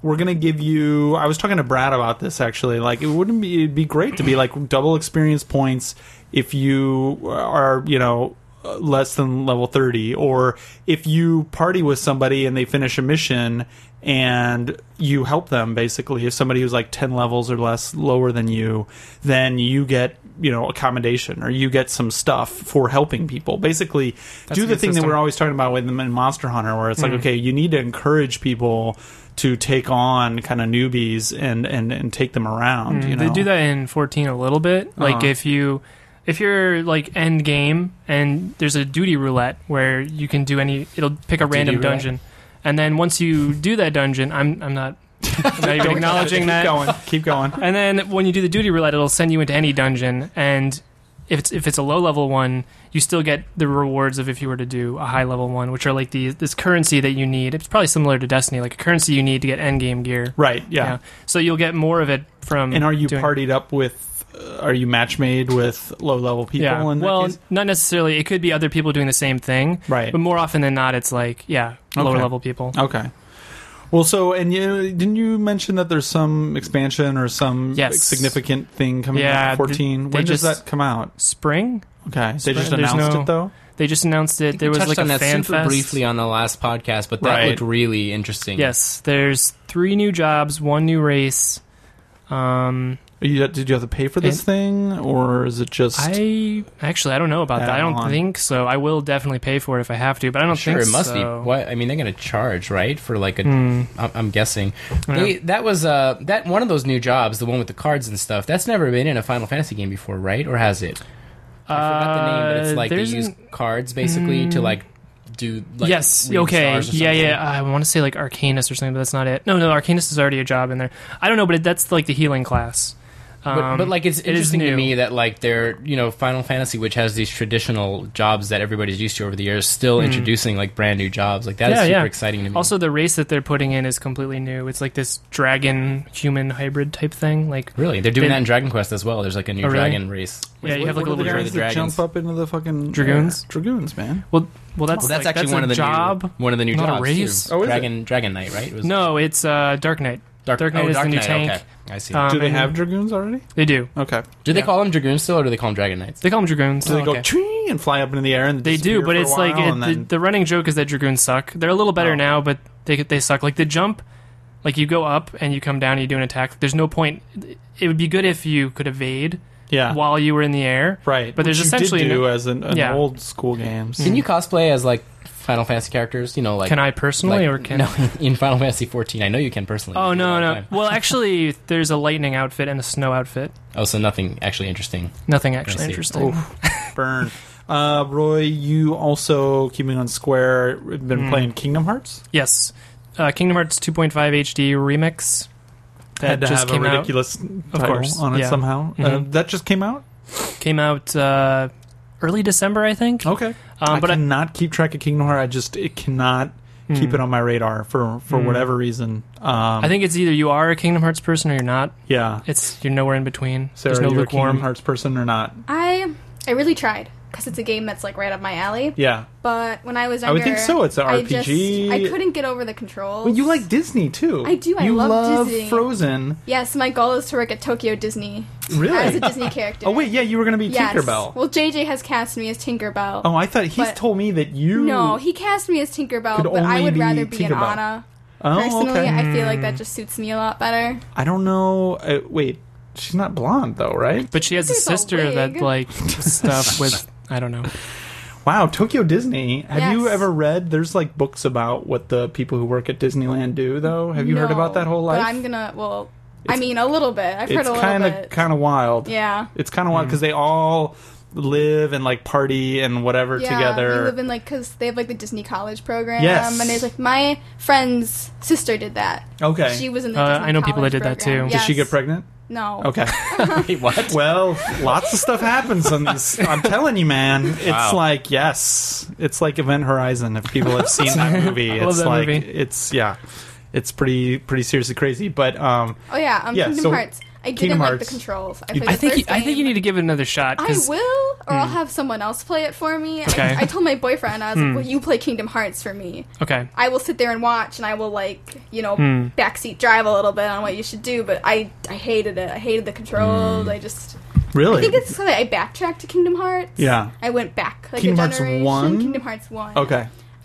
we're gonna give you i was talking to brad about this actually like it wouldn't be it'd be great to be like double experience points if you are you know uh, less than level 30 or if you party with somebody and they finish a mission and you help them basically if somebody who's like 10 levels or less lower than you then you get you know accommodation or you get some stuff for helping people basically do the
a good
thing that
system. Mm.
we're always talking about with them in Monster Hunter, where it's like, okay, you need to encourage people to take on kind of newbies and and and take them around. Um, you know,
Mm, Hmm, They do that in 14 a little bit. Like
Uh-huh.
if you if you're like end game and there's a duty roulette where you can do any it'll pick a random
roulette?
dungeon. And then once you do that dungeon, I'm I'm not I'm not even acknowledging that.
Keep going. Keep going.
And then when you do the duty roulette, it'll send you into any dungeon and if it's if it's a low level one, you still get the rewards of if you were to do a high level one, which are like the this currency that you need. It's probably similar to Destiny, like a currency you need to get end game gear.
Right. Yeah.
So you'll get more of it from
And are you
doing-
partied up with? Uh, are you match made with low level people? In that
well,
case?
not necessarily. It could be other people doing the same thing,
right.
but more often than not, it's like yeah, lower
Okay.
level people.
Okay. Well, so and you didn't you mention that there's some expansion or some
Yes.
significant thing coming
Yeah,
out?
th-
Fourteen.
they
when does
just-
that come out?
Spring?
Okay, they just
There's
announced
no-
it though.
They just announced it. There
we
was
touched
like
on
a
that
fan
super
fest.
briefly on the last podcast, but that
Right.
looked really interesting.
Yes, there's three new jobs, one new race. Um,
You, did you have to pay for this
It-
thing, or is it just?
I actually I don't know about that.
Add
I don't
on.
think so. I will definitely pay for it if I have to, but I don't
sure
think
it must
so.
be what i mean they're gonna charge right for like a
Hmm.
I'm, I'm guessing
Yeah.
they, that was uh that one of those new jobs the one with the cards and stuff that's never been in a final fantasy game before right or has it i forgot the name but
Uh,
it's like they
there's
use
an-
cards basically to like do like
yes.
read
Okay.
stars or
Yeah.
something.
Yeah. I want to say like Arcanus or something, but that's not it. No. No. Arcanus is already a job in there. I don't know, but it, that's like the healing class. Um,
but, but like it's
it is
interesting to
new.
me that like they're you know Final Fantasy, which has these traditional jobs that everybody's used to over the years, still introducing like brand new jobs. Like that is
Hmm. Yeah,
super
yeah.
exciting to me.
Also, the race that they're putting in is completely new. It's like this dragon human hybrid type thing. Like,
really, they're doing
They-
that in Dragon Quest as well. There's like a new
Oh, really?
dragon race.
yeah, you have like a
What
little
are the
dragon.
guys
the
that
dragons.
jump up into the fucking
Dragoons?
air? Dragoons, man.
Well, well, that's
Well, that's
like,
actually one of the
a job.
new one of the new
not a
jobs.
race.
too.
Oh, is
Dragon Dragon Knight, right? It was oh,
No, it's uh, Dark Knight. Dark Knight is the new tank.
Okay. I see.
Um,
Do they
and
have dragoons already?
They do.
Okay.
do they
yeah.
call them dragoons still, or do they call them dragon knights?
They call them dragoons.
Do they go
okay.
"Ching" and fly up into the air and
Oh, They do,
disappear
but
for a
it's like
while
it,
and then-
the, the running joke is that dragoons suck. They're a little better
Oh.
now, but they they suck. Like the jump, like you go up and you come down and you do an attack. There's no point. It would be good if you could evade
yeah,
while you were in the air.
right.
but there's
Which you
essentially
did do
no-
as an, an
Yeah.
old school games.
Can you cosplay as like Final Fantasy characters? You know, like
Hmm. Can I personally,
like-
or can
no in Final Fantasy 14? I know you can personally.
Oh
You do it all
no
the
no!
time.
Well, actually, there's a lightning outfit and a snow outfit.
Oh, so nothing actually interesting.
Nothing
I
actually
see.
interesting.
burn? Uh, Roy, you also keeping on Square have been
Hmm.
playing Kingdom Hearts.
Yes, uh, Kingdom Hearts 2.5 HD remix.
Had to
just
have
came
a
out-
ridiculous title
course,
on it
yeah.
somehow. Uh,
Mhm.
that just came out.
Came out uh, early December, I think.
Okay, but
Um, but
Oh, I
I-
cannot keep track of Kingdom Hearts. I just it cannot keep
Hmm.
it on my radar for for
Hmm.
whatever reason. Um,
I think it's either you are a Kingdom Hearts person or you're not.
yeah.
It's you're nowhere in between.
Sarah,
There's no
you a
lukewarm.
Kingdom Hearts person or not?
I I really tried because it's a game that's like right up my alley.
Yeah.
But when I was
I
younger,
would think so. It's an
I
RPG.
Just, I couldn't get over the controls.
Well, you like Disney too.
I do. I
you
love
love
Disney.
Frozen.
Yes, my goal is to work at Tokyo Disney as a
Really?
Disney character.
oh wait, yeah, you were going to be
yes.
Tinkerbell.
Well, JJ has cast me as Tinkerbell.
oh, I thought he's
but-
told me that you.
no, he cast me as Tinkerbell,
Could
but I
only
would
be
rather be an
Tinkerbell.
Anna.
Oh,
Personally,
okay. I,
I feel like that just suits me a lot better.
don't know. Uh, wait, she's not blonde though, right?
But she has a
There's a
sister that
wig.
like stuff with I don't know.
Wow, Tokyo Disney. Have you
Yes.
ever read? There's like books about what the people who work at Disneyland do, though. Have you heard
No,
about that whole life?
But I'm gonna. Well, I
It's-
mean, a little bit. I've heard
it's
a little
kind of
bit.
kind of wild.
yeah.
It's kind of wild because they all live and like party and whatever
Yeah,
together.
we live in like because they have like the Disney College program.
Yes.
and it's like my friend's sister did that.
okay.
She
Did
was in the.
Uh,
Disney
I know people that
College
did that
program.
too. Did
she
Yes.
get pregnant?
No.
Okay.
Wait, what?
well, lots of stuff happens on these. I'm telling you, man. It's
Wow.
like yes, it's like Event Horizon. If people have seen that movie,
I love
it's
that
like
movie.
it's yeah, it's pretty pretty seriously crazy. But um,
Oh yeah, um,
Yeah,
Kingdom
so-
Hearts. I
Kingdom
didn't like the
Hearts.
controls. I,
You-
played
I
the
think you,
first
I think you
game.
need to give it another shot.
I
'cause-
will, or I'll
Hmm.
have someone else play it for me.
Okay.
I, I told my boyfriend, I was
Hmm.
like, "Well, you play Kingdom Hearts for me.
Okay.
I will sit there and watch, and I will like, you know,
Hmm.
backseat drive a little bit on what you should do." But I, I hated it. I hated the controls. I just, I
Hmm. really,
think it's because I backtracked to Kingdom Hearts.
Yeah.
I went back like
Kingdom
a
Hearts
generation.
1?
Kingdom Hearts One.
okay.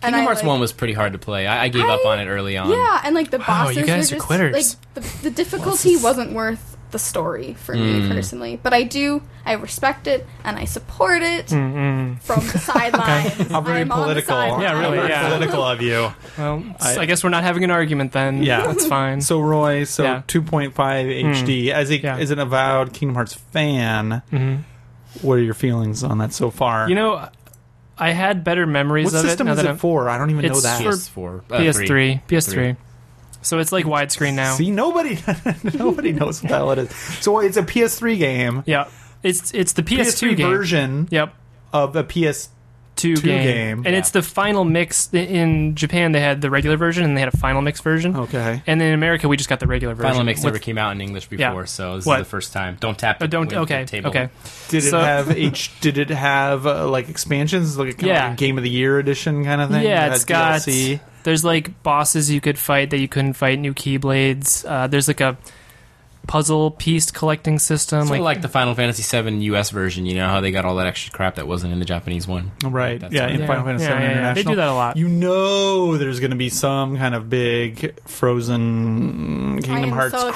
And
Kingdom
I,
Hearts
like-
1 was pretty hard to play. I, I gave up
I-
on it early on.
Yeah, and like the
Um, Wow,
bosses
you guys
were
are
just
quitters.
like the, the difficulty wasn't worth the story for
Mm.
me personally. But I do, I respect it and I support it
Mm,
from the sidelines.
How very
I'm on the
political.
sidelines.
Yeah, really,
Very
yeah.
political of you.
Well,
I-
I, guess we're not having an argument then.
Yeah.
that's fine.
So Roy, so
Yeah. Hmm.
2.5 HD as a
Yeah. Mm-hmm.
as an avowed Kingdom Hearts fan, what are your feelings on that so far?
you know, I had better memories
what
of
system
it. now
is
that
it
I'm-
for? I don't even know
It's
that.
PS4. uh, three.
PS3, PS3. So it's like widescreen now.
See, nobody nobody knows what the hell it is. So it's a PS3 game,
Yeah, it's it's the PS2
PS3
game.
version
Yep,
of a PS.
two,
Two
game.
game.
and it's the final mix. In Japan, they had the regular version, and they had a final mix version.
Okay,
And then in America, we just got the regular version.
Final Mix
With-
never came out in English
Yeah.
before, so this
What?
is the first time. Don't tap the
Oh, don't.
win-
Okay.
table.
Okay.
did it
So-
have H? Did it have uh, like expansions, like, kinda
Yeah.
like a Game of the Year edition kind of thing? Uh,
Yeah,
it's
it's got. There's like bosses you could fight that you couldn't fight. New keyblades. Uh, there's like a puzzle piece collecting system.
Sort
Like,
of like the Final Fantasy VII US version, you know how they got all that extra crap that wasn't in the Japanese one.
right?
That's
Yeah,
what
in
yeah,
Final Fantasy
yeah,
VII
yeah, yeah. They
International.
do that a lot.
You know there's going to be some kind of big Frozen
I am
Kingdom Hearts
so excited.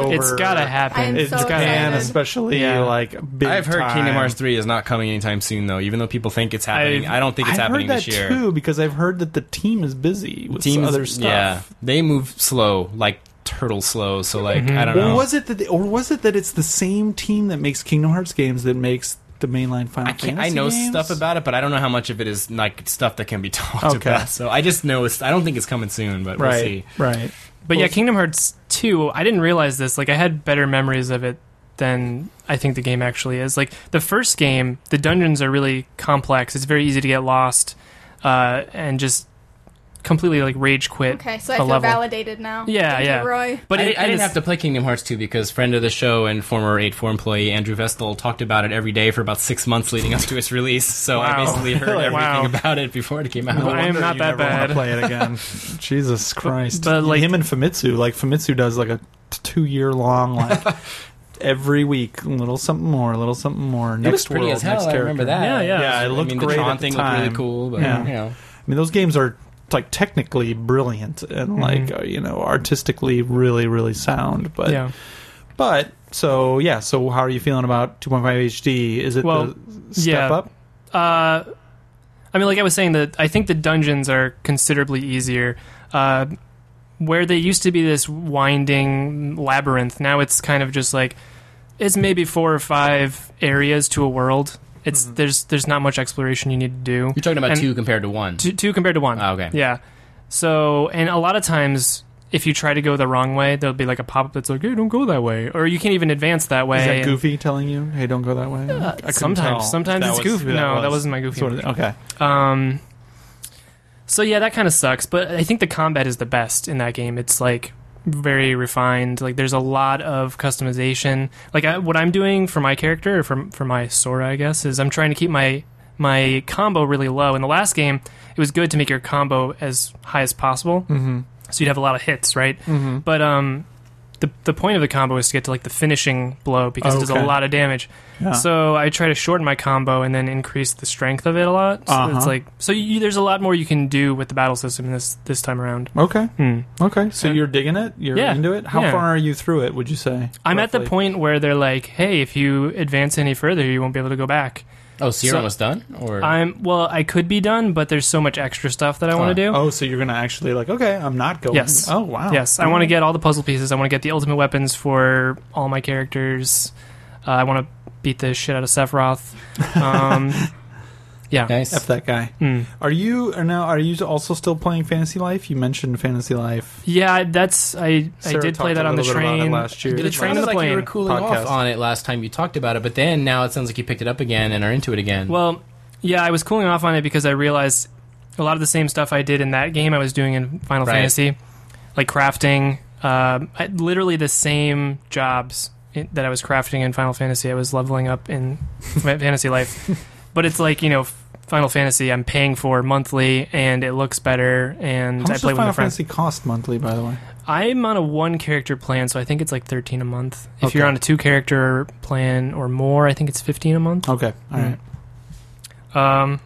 crossover.
it's gotta
I
happen.
am
In
so
Japan,
excited.
especially
Yeah.
like big.
I've heard Kingdom
time.
Hearts 3 is not coming anytime soon, though, even though people think it's happening.
I've-
I, don't think it's
I've
happening
heard that
this year.
too because I've heard that the team is busy with
Team is-
other stuff.
Yeah, they move slow, like turtle slow. So like I don't
Or
know.
was it that? They, or was it that it's the same team that makes Kingdom Hearts games that makes the mainline Final
I can't. I
Fantasy
know
games?
stuff about it, but I don't know how much of it is like stuff that can be talked
Okay.
about. So I just know it's. I don't think it's coming soon, but we'll
Right,
see.
right.
But yeah, Kingdom Hearts 2, I didn't realize this. Like, I had better memories of it than I think the game actually is. Like, the first game, the dungeons are really complex. It's very easy to get lost uh, and just completely, like, rage quit.
Okay, so I
a
feel
level.
validated now.
Yeah,
Thank you,
yeah.
Roy.
But
But I,
it,
I didn't
it's-
have to play Kingdom Hearts 2 because friend of the show and former 8-4 employee Andrew Vestal talked about it every day for about six months leading up to its release. So I
Wow.
basically heard everything
Wow.
about it before it came out.
No, I am
wonder
not
you
that
never wanna
bad.
Play it again. Jesus Christ!
but, like-
him and Famitsu, like Famitsu does like a two year long like every week, a little something more, a little something more.
It was
Next
pretty
world,
as hell.
next
I
character.
remember that.
Yeah, yeah.
Yeah, it
I
looked
mean, the
great
Tron
at the
thing looked
time.
really cool, but
Yeah.
you know.
I mean, those games are like technically brilliant
Mhm.
and like uh, you know artistically really really sound. But
yeah.
but so yeah. So how are you feeling about 2.5 HD? Is it
Well,
the step
yeah.
up?
Uh, I mean, like I was saying, that I think the dungeons are considerably easier. Uh, where they used to be this winding labyrinth, now it's kind of just like it's maybe four or five areas to a world. It's
Mm-hmm.
there's there's not much exploration you need to do.
You're talking about
And-
two compared to one.
Two, two compared to one.
Ah, okay.
Yeah. So, and a lot of times, if you try to go the wrong way, there'll be like a pop up that's like, "Hey, don't go that way," or you can't even advance that way.
Is that
and-
Goofy telling you, "Hey, don't go that way"? I couldn't
Uh, sometimes-
tell
sometimes
if
it's Goofy.
who
No, that wasn't my Goofy
Sort of- okay.
Um, so yeah, that kind of sucks. But I think the combat is the best in that game. It's like very refined. Like there's a lot of customization. Like I, what I'm doing for my character, or for for my Sora, I guess, is I'm trying to keep my my combo really low. In the last game, it was good to make your combo as high as possible, mm-hmm. so you'd have a lot of hits, right? Mm-hmm. But um. The, the point of the combo is to get to like the finishing blow because it does
Okay.
a lot of damage.
Yeah.
So I try to shorten my combo and then increase the strength of it a lot. So
Uh-huh.
it's like so you, there's a lot more you can do with the battle system this this time around.
Okay.
Hmm.
Okay. So
Uh,
you're digging it. You're
yeah,
into it. How
yeah.
far are you through it? Would you say?
I'm at the
roughly?
point where they're like, "Hey, if you advance any further, you won't be able to go back."
Oh, so you're
So-
almost done? Or
I'm well. I could be done, but there's so much extra stuff that I want to do.
Oh, so you're gonna actually like? Okay, I'm not going.
Yes.
Oh wow.
Yes, I want to get all the puzzle pieces. I want to get the ultimate weapons for all my characters. Uh, I want to beat the shit out of Sephiroth. Um, yeah.
nice.
F that guy.
Mm.
Are you are now? Are you also still playing Fantasy Life? You mentioned Fantasy Life.
Yeah, that's I. I
Sarah
did
talked
play that
a
on the
little bit about it
train.
last year.
I did
The
The
It
train
sounded
and
like
the
you
plane.
were cooling
podcast.
off on it last time you talked about it, but then now it sounds like you picked it up again and are into it again.
Well, yeah, I was cooling off on it because I realized a lot of the same stuff I did in that game I was doing in Final
Right.
Fantasy, like crafting. Um, I, literally the same jobs in, that I was crafting in Final Fantasy. I was leveling up in my Fantasy Life, but it's like you know. Final Fantasy, I'm paying for monthly, and it looks better, and
How much
I play
does
with my
Final
friends.
Fantasy cost monthly? By the way,
I'm on a one character plan, so I think it's like 13 a month. If
Okay.
you're on a two character plan or more, I think it's 15 a month.
okay, all right.
Um,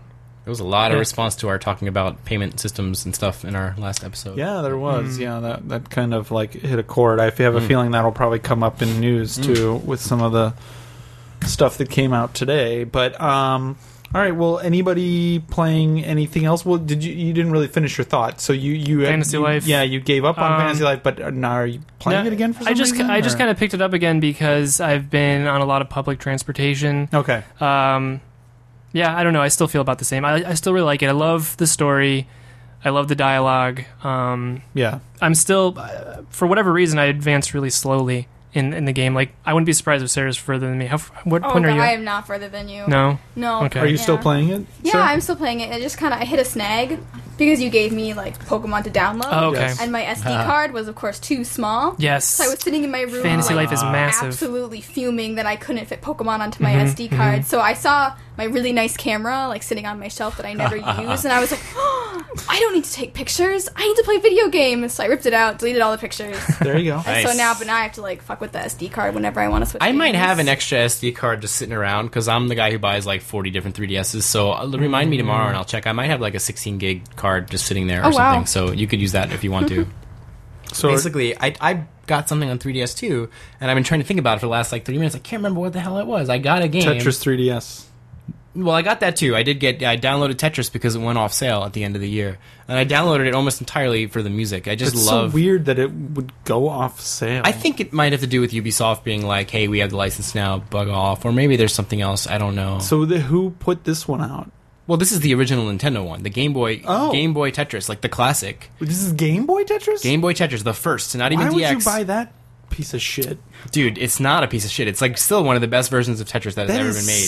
There was a lot of
Yeah.
response to our talking about payment systems and stuff in our last episode.
Yeah, there was.
Mm.
Yeah, that that kind of like hit a chord. I have a
Hmm.
Mm.
feeling that'll probably come up in news too with some of the stuff that came out today. But um, all right. Well, anybody playing anything else? Well, did you you didn't really finish your thought? So you you
Fantasy
you-
Life.
Yeah, you gave up on
Um,
Fantasy Life, but uh, now are you playing
No,
it again? For some
I just
reason,
I just
or-
kind of picked it up again because I've been on a lot of public transportation.
okay.
Um, yeah, I don't know. I still feel about the same. I, I still really like it. I love the story. I love the dialogue. Um,
Yeah,
I'm still, uh, for whatever reason, I advance really slowly in, in the game. Like I wouldn't be surprised if Sarah's further than me. How? f- What
Oh,
point
God,
are you?
I
at?
am not further than you.
No.
No.
Okay.
are you still
Yeah.
playing it?
Yeah,
Sarah?
I'm still playing it. It just kind of I hit a snag because you gave me like Pokemon to download,
Oh, okay.
Yes.
and my SD
Ah.
card was of course too small.
Yes.
So I was sitting in my room,
Fantasy
like,
life is massive.
absolutely fuming that I couldn't fit Pokemon onto my
Mhm,
SD card. So I saw my really nice camera like sitting on my shelf that I never use, and I was like, oh, I don't need to take pictures. I need to play video games. So I ripped it out, deleted all the pictures.
There you go.
And so
Nice.
now, but now I have to like fuck with the SD card whenever I want to switch.
I might
games.
have an extra SD card just sitting around because I'm the guy who buys like 40 different 3DSs. So uh, remind me tomorrow
Mm.
and I'll check. I might have like a 16 gig card just sitting there or
Oh, wow.
something. So you could use that if you want to.
So
Basically, I, I got something on 3DS too, and I've been trying to think about it for the last like three minutes. I can't remember what the hell it was. I got a game.
Tetris 3DS.
Well, I got that too. I did get. I downloaded Tetris because it went off sale at the end of the year, and I downloaded it almost entirely for the music. I just
It's
love.
so weird that it would go off sale.
I think it might have to do with Ubisoft being like, "Hey, we have the license now, bug off," or maybe there's something else. I don't know.
so. The, who put this one out?
well, this is the original Nintendo one, the Game Boy,
Oh.
Game Boy Tetris, like the classic
This is Game Boy Tetris.
Game Boy Tetris, the first, not even
Why
DX.
would you buy that piece of shit?
Dude, it's not a piece of shit. It's like still one of the best versions of Tetris that has
That
ever
is
been made.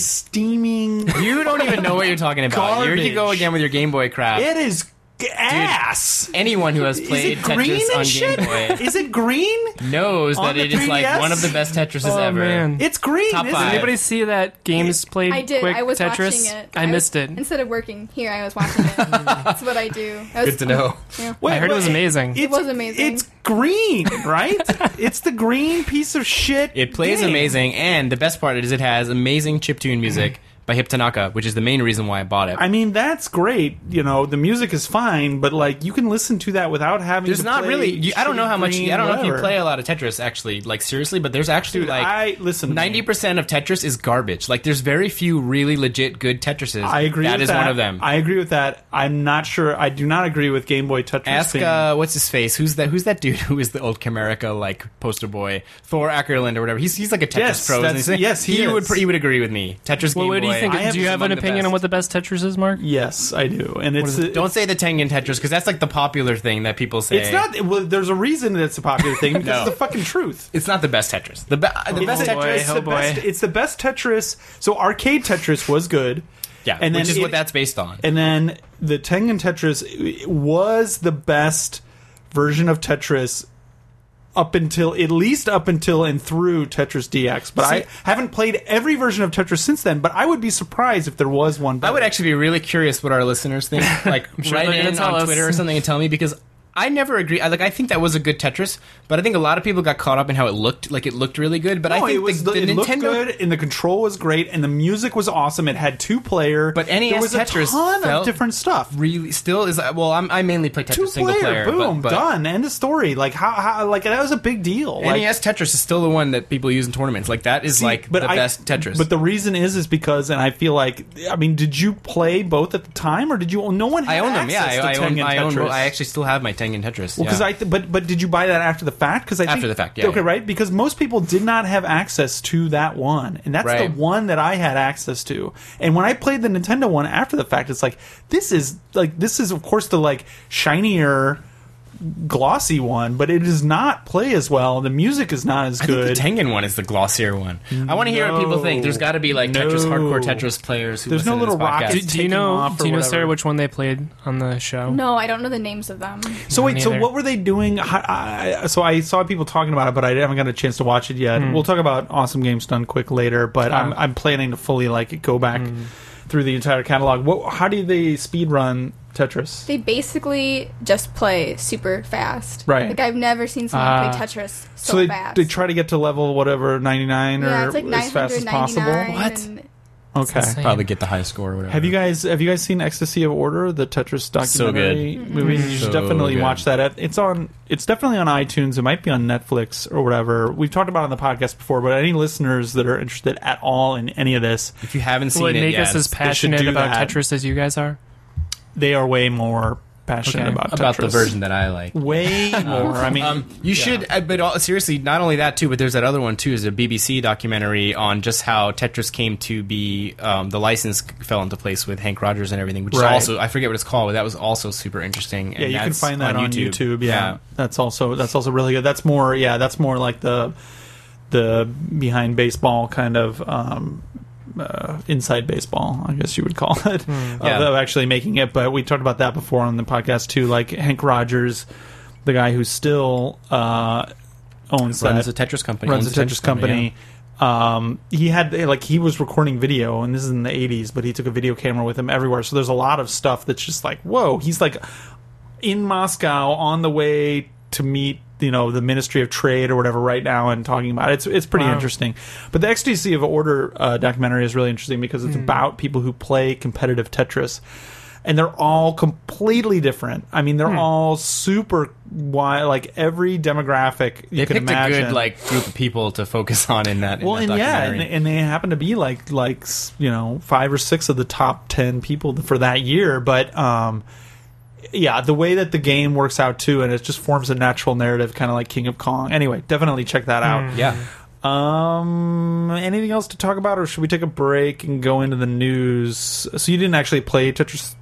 steaming.
You don't even know what you're talking about. Here you go
Garbage.
again with your Game Boy crap.
it is g- ass.
Anyone who has
Is
played
it green
Tetris on
and shit?
Game Boy
Is it green?
knows
On
that
the
it is like
3DS?
one of the best Tetrises
Oh,
ever.
man.
It's green.
Top
isn't
five.
it?
Anybody see that games played
I did.
quick
I was
Tetris?
watching it.
I, missed
was-
it.
Instead of working here, I was watching it. That's what I do. I was-
Good to know.
Yeah.
Wait,
I heard it was
wait,
amazing.
it's-
was amazing.
It's green, right? it's the green piece of shit.
It plays
game.
amazing, and the best part is it has amazing chiptune music
Mm-hmm.
by Hip Tanaka, which is the main reason why I bought it.
I mean, that's great. You know, the music is fine, but like you can listen to that without having.
there's
to
not
play
really. You, I don't know how
shitty
much.
green
I don't know if you
whatever.
play a lot of Tetris actually, like seriously, but there's actually
Dude,
like
I listen. to me.
Ninety percent of Tetris is garbage. Like, there's very few really legit good Tetrises.
I agree.
That
with
is
that.
one of them.
I agree with that. I'm not sure. I do not agree with Game Boy Tetris.
Ask
thing.
uh, what's his face? Who's that? Who's that dude who is the old Comerica like poster boy? Thor Ackerland or whatever. He's he's like a Tetris
Yes,
pro. isn't
that's-
he?
yes, he
would
is.
pr- he would agree with me. Tetris.
well,
Game
what do you
Boy.
think?
I have
do you have
among
an
the
opinion
best.
on what the best Tetris is, Mark?
Yes, I do, and it's it?
Don't say the Tengen Tetris because that's like the popular thing that people say.
It's not. Well, there's a reason that it's a popular thing because
No.
it's the fucking truth.
It's not the best Tetris. The, be- the
Oh,
best
boy.
Tetris.
it's, the
oh, boy.
best, it's the best Tetris. So arcade Tetris was good.
Yeah,
And
which
then
is
it-
what that's based on.
And then the Tengen Tetris was the best version of Tetris up until at least up until and through Tetris DX. But I
See-
haven't played every version of Tetris since then. But I would be surprised if there was one.
I
Better.
would actually be really curious what our listeners think. Like,
sure
write
they're gonna
in
tell
on
us.
Twitter or something and tell me because I never agree. I, like I think that was a good Tetris, but I think a lot of people got caught up in how it looked. Like it looked really good, but I
No,
think
it was
the,
the,
the
it
Nintendo.
looked good, and the control was great, and the music was awesome. It had two player,
But NES
there was
Tetris
a ton of
felt-
different stuff.
Really, still is well. I'm, I mainly play Tetris
Two
single player.
player, boom,
but, but
done, end of story. Like how, how, like that was a big deal. Like,
NES E Tetris is still the one that people use in tournaments. Like that is
see,
like the
I-
best Tetris.
But the reason is, is because, and I feel like, I mean, did you play both at the time, or did you? No one. Had
I own them.
access
Yeah, I,
to
I own.
Tengen
I own.
Tetris.
both. I actually still have my Tengen Tetris.
Well, because
yeah.
I, th- but but did you buy that after the fact? Because I
After
think,
the fact, yeah,
Okay,
yeah.
right? Because most people did not have access to that one, and that's
Right.
the one that I had access to. And when I played the Nintendo one after the fact, it's like this is like this is of course the like shinier, glossy one, but it does not play as well. The music is not as
I
good.
think the Tengen one is the glossier one. I want to hear what people think. There's got to be like Tetris
No.
hardcore Tetris players. Who
There's
listen
no
to
little
this podcast.
rocket.
Do,
It's
do you
taking
know?
off or
Do you know,
whatever.
Sarah, which one they played on the show?
No, I don't know the names of them.
So
Me
wait, so
neither.
what were they doing? How, I, so I saw people talking about it, but I haven't got a chance to watch it yet. We'll talk about Awesome Games Done Quick later, but I'm,
Hmm. Ah. Hmm.
I'm planning to fully like go back through the entire catalog. What, how do they speed run Tetris?
They basically just play super fast.
Right.
Like I've never seen someone
Ah.
play Tetris so,
So they,
fast.
they try to get to level whatever 99
yeah,
or
it's like
as fast as possible.
999
What?
and-
Okay.
insane.
Probably get the high score or whatever.
Have you guys have you guys seen Ecstasy of Order, the Tetris documentary movie? You should
Mm-hmm. So
definitely
good.
watch that. It's on it's definitely on iTunes. It might be on Netflix or whatever. We've talked about it on the podcast before, but any listeners that are interested at all in any of this,
If you haven't seen
Will it
it,
make
yeah,
us as
it's-
passionate
do
about
that.
Tetris as you guys are?
they are way more passionate
Okay.
about
about
Tetris.
the version that I like.
Way more. I mean,
Um, you should, uh, but all, seriously, not only that too, but there's that other one too. Is a BBC documentary on just how Tetris came to be. Um, the license fell into place with Hank Rogers and everything, which
Right.
is also I forget what it's called, but that was also super interesting. and
yeah, you can
that's
find that on YouTube. yeah.
yeah.
that's also that's also really good. That's more yeah, that's more like the the behind baseball kind of um, uh, inside baseball, I guess you would call it,
Yeah.
of actually making it. But we talked about that before on the podcast too. Like Hank Rogers, the guy who still uh, owns
runs
that,
a Tetris company.
runs
owns
a Tetris company. Um, he had like he was recording video, and this is in the '80s, but he took a video camera with him everywhere. So there's a lot of stuff that's just like, whoa, he's like in Moscow on the way to meet you know the Ministry of Trade or whatever right now and talking about it. it's it's pretty
Wow.
interesting. But the XTC of Order uh, documentary is really interesting because it's about people who play competitive Tetris. And they're all completely different. I mean, they're all super wide, like every demographic you
They
can
picked
imagine.
a good like group of people to focus on in that.
Well,
in
and
that
yeah, and,
documentary.
and they happen to be like like s- you know five or six of the top ten people for that year. But um, yeah, the way that the game works out too, and it just forms a natural narrative, kind of like King of Kong. Anyway, definitely check that out.
yeah.
Um, anything else to talk about, or should we take a break and go into the news? So you didn't actually play Tetris.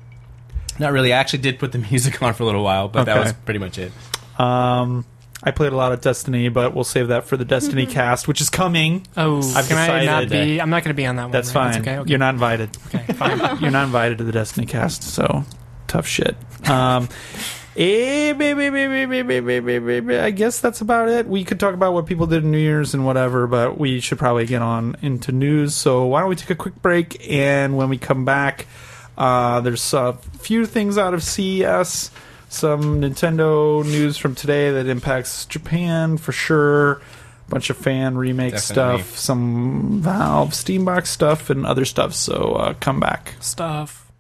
Not really. I actually did put the music on for a little while, but that
Okay.
was pretty much it.
Um, I played a lot of Destiny, but we'll save that for the Destiny cast, which is coming.
Oh,
I've
can I not
decided-
be? I'm not going to be on that one.
That's
right?
fine.
okay. okay.
You're not invited.
Okay, fine.
You're not invited to the Destiny cast, so tough shit. Um, eh, ba- ba- ba- ba- ba- ba- ba- ba- ba- ba- I guess that's about it. We could talk about what people did in New Year's and whatever, but we should probably get on into news. So why don't we take a quick break? And when we come back, uh, there's a few things out of CES, some Nintendo news from today that impacts Japan for sure. Bunch of fan remake
Definitely.
stuff, some Valve Steambox stuff, and other stuff. So uh, come back.
Stuff.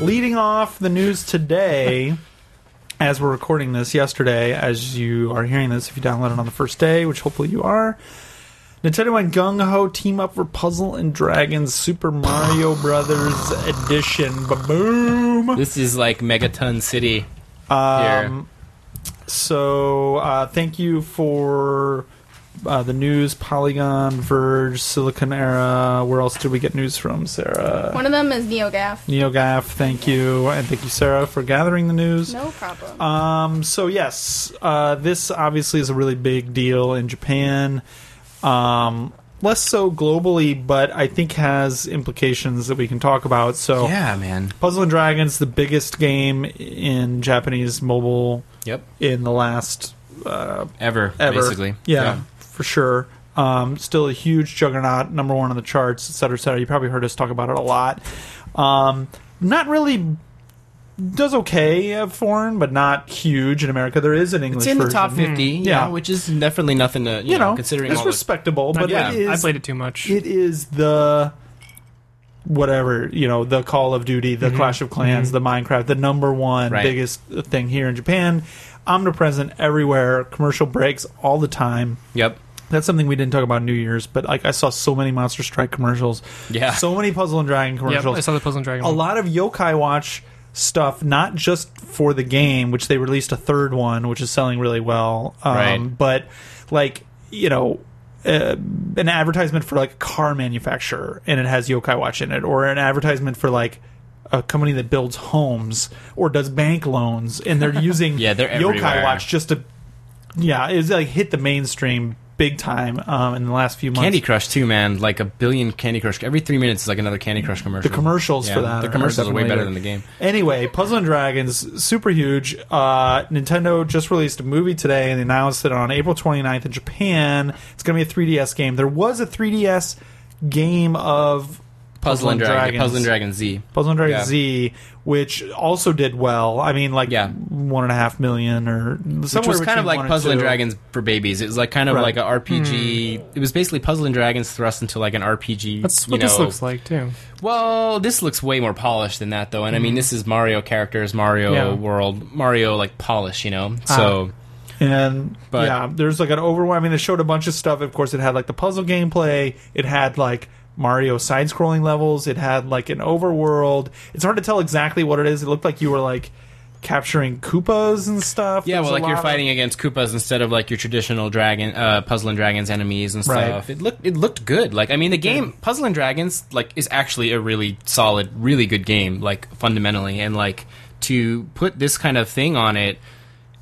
Leading off the news today, as we're recording this yesterday, as you are hearing this, if you download it on the first day, which hopefully you are, Nintendo and Gung Ho team up for Puzzle and Dragons Super Mario Brothers Edition. Boom!
This is like Megaton City.
Um, so uh, thank you for uh, the news, Polygon, Verge, Silicon Era. Where else did we get news from, Sarah?
One of them is NeoGAF.
NeoGAF, thank you, and thank you, Sarah, for gathering the news.
No problem.
Um, so yes, uh, this obviously is a really big deal in Japan. Um, less so globally, but I think has implications that we can talk about. So
Yeah, man.
Puzzle and Dragons, the biggest game in Japanese mobile
Yep.
in the last uh,
Ever,
ever.
basically.
Yeah, for sure. Um, still a huge juggernaut, number one on the charts, et cetera, et cetera. You probably heard us talk about it a lot. Um, not really does okay uh, foreign, but not huge in America. There is an English
It's in the
version. Mm,
top 50,
yeah.
yeah, which is definitely nothing to, you,
You know,
considering
it's
all the
respectable, but
yeah,
it is
I played it too much.
it is the whatever you know the call of duty the clash of clans the minecraft the number one
Mm-hmm. Right.
biggest thing here in japan omnipresent everywhere commercial breaks all the time
Yep.
that's something we didn't talk about new year's but like i saw so many monster strike commercials
Yeah.
so many puzzle and dragon
Yep,
commercials
I saw the Puzzle and Dragon.
a
one.
lot of yokai watch stuff not just for the game which they released a third one which is selling really well um,
Right.
but like you know uh, an advertisement for like a car manufacturer and it has yokai watch in it or an advertisement for like a company that builds homes or does bank loans and they're using
Yeah, they're
yokai
everywhere.
watch just to yeah it's like hit the mainstream big time um, in the last few months
Candy Crush too, man. Like a billion Candy Crush. Every three minutes is like another Candy Crush commercial.
the commercials
Yeah,
for that
The
are-
commercials are way
definitely
better
there.
than the game.
Anyway, Puzzle and Dragons, super huge. Uh, Nintendo just released a movie today and announced that on April 29th in Japan, it's going to be a 3DS game. There was a 3DS game of
Puzzle and Dragon.
Dragons.
Puzzle and Dragon Z.
Puzzle and Dragon
Yeah.
Z, which also did well. I mean, like
Yeah.
one and a half million or
Which
somewhere
was kind
between
of like
one
Puzzle and
two.
Dragons for babies. It was like kind of
Right.
like a RPG. It was basically Puzzle and Dragons thrust into like an RPG.
That's
you
what this
know-
looks like too.
Well, this looks way more polished than that, though. And I mean, this is Mario characters, Mario
Yeah.
world, Mario like polish, you know. So
And
But-
yeah, there's like an overwhelming. They showed a bunch of stuff. Of course, it had like the puzzle gameplay. It had like Mario side-scrolling levels. It had like an overworld. It's hard to tell exactly what it is. It looked like you were like capturing Koopas and stuff.
yeah,
There's
well,
a
like
lot
you're
of-
fighting against Koopas instead of like your traditional dragon, uh, Puzzle and Dragons enemies and
Right.
stuff. It looked it looked good. Like I mean, the game Puzzle and Dragons like is actually a really solid, really good game. Like fundamentally, and like to put this kind of thing on it.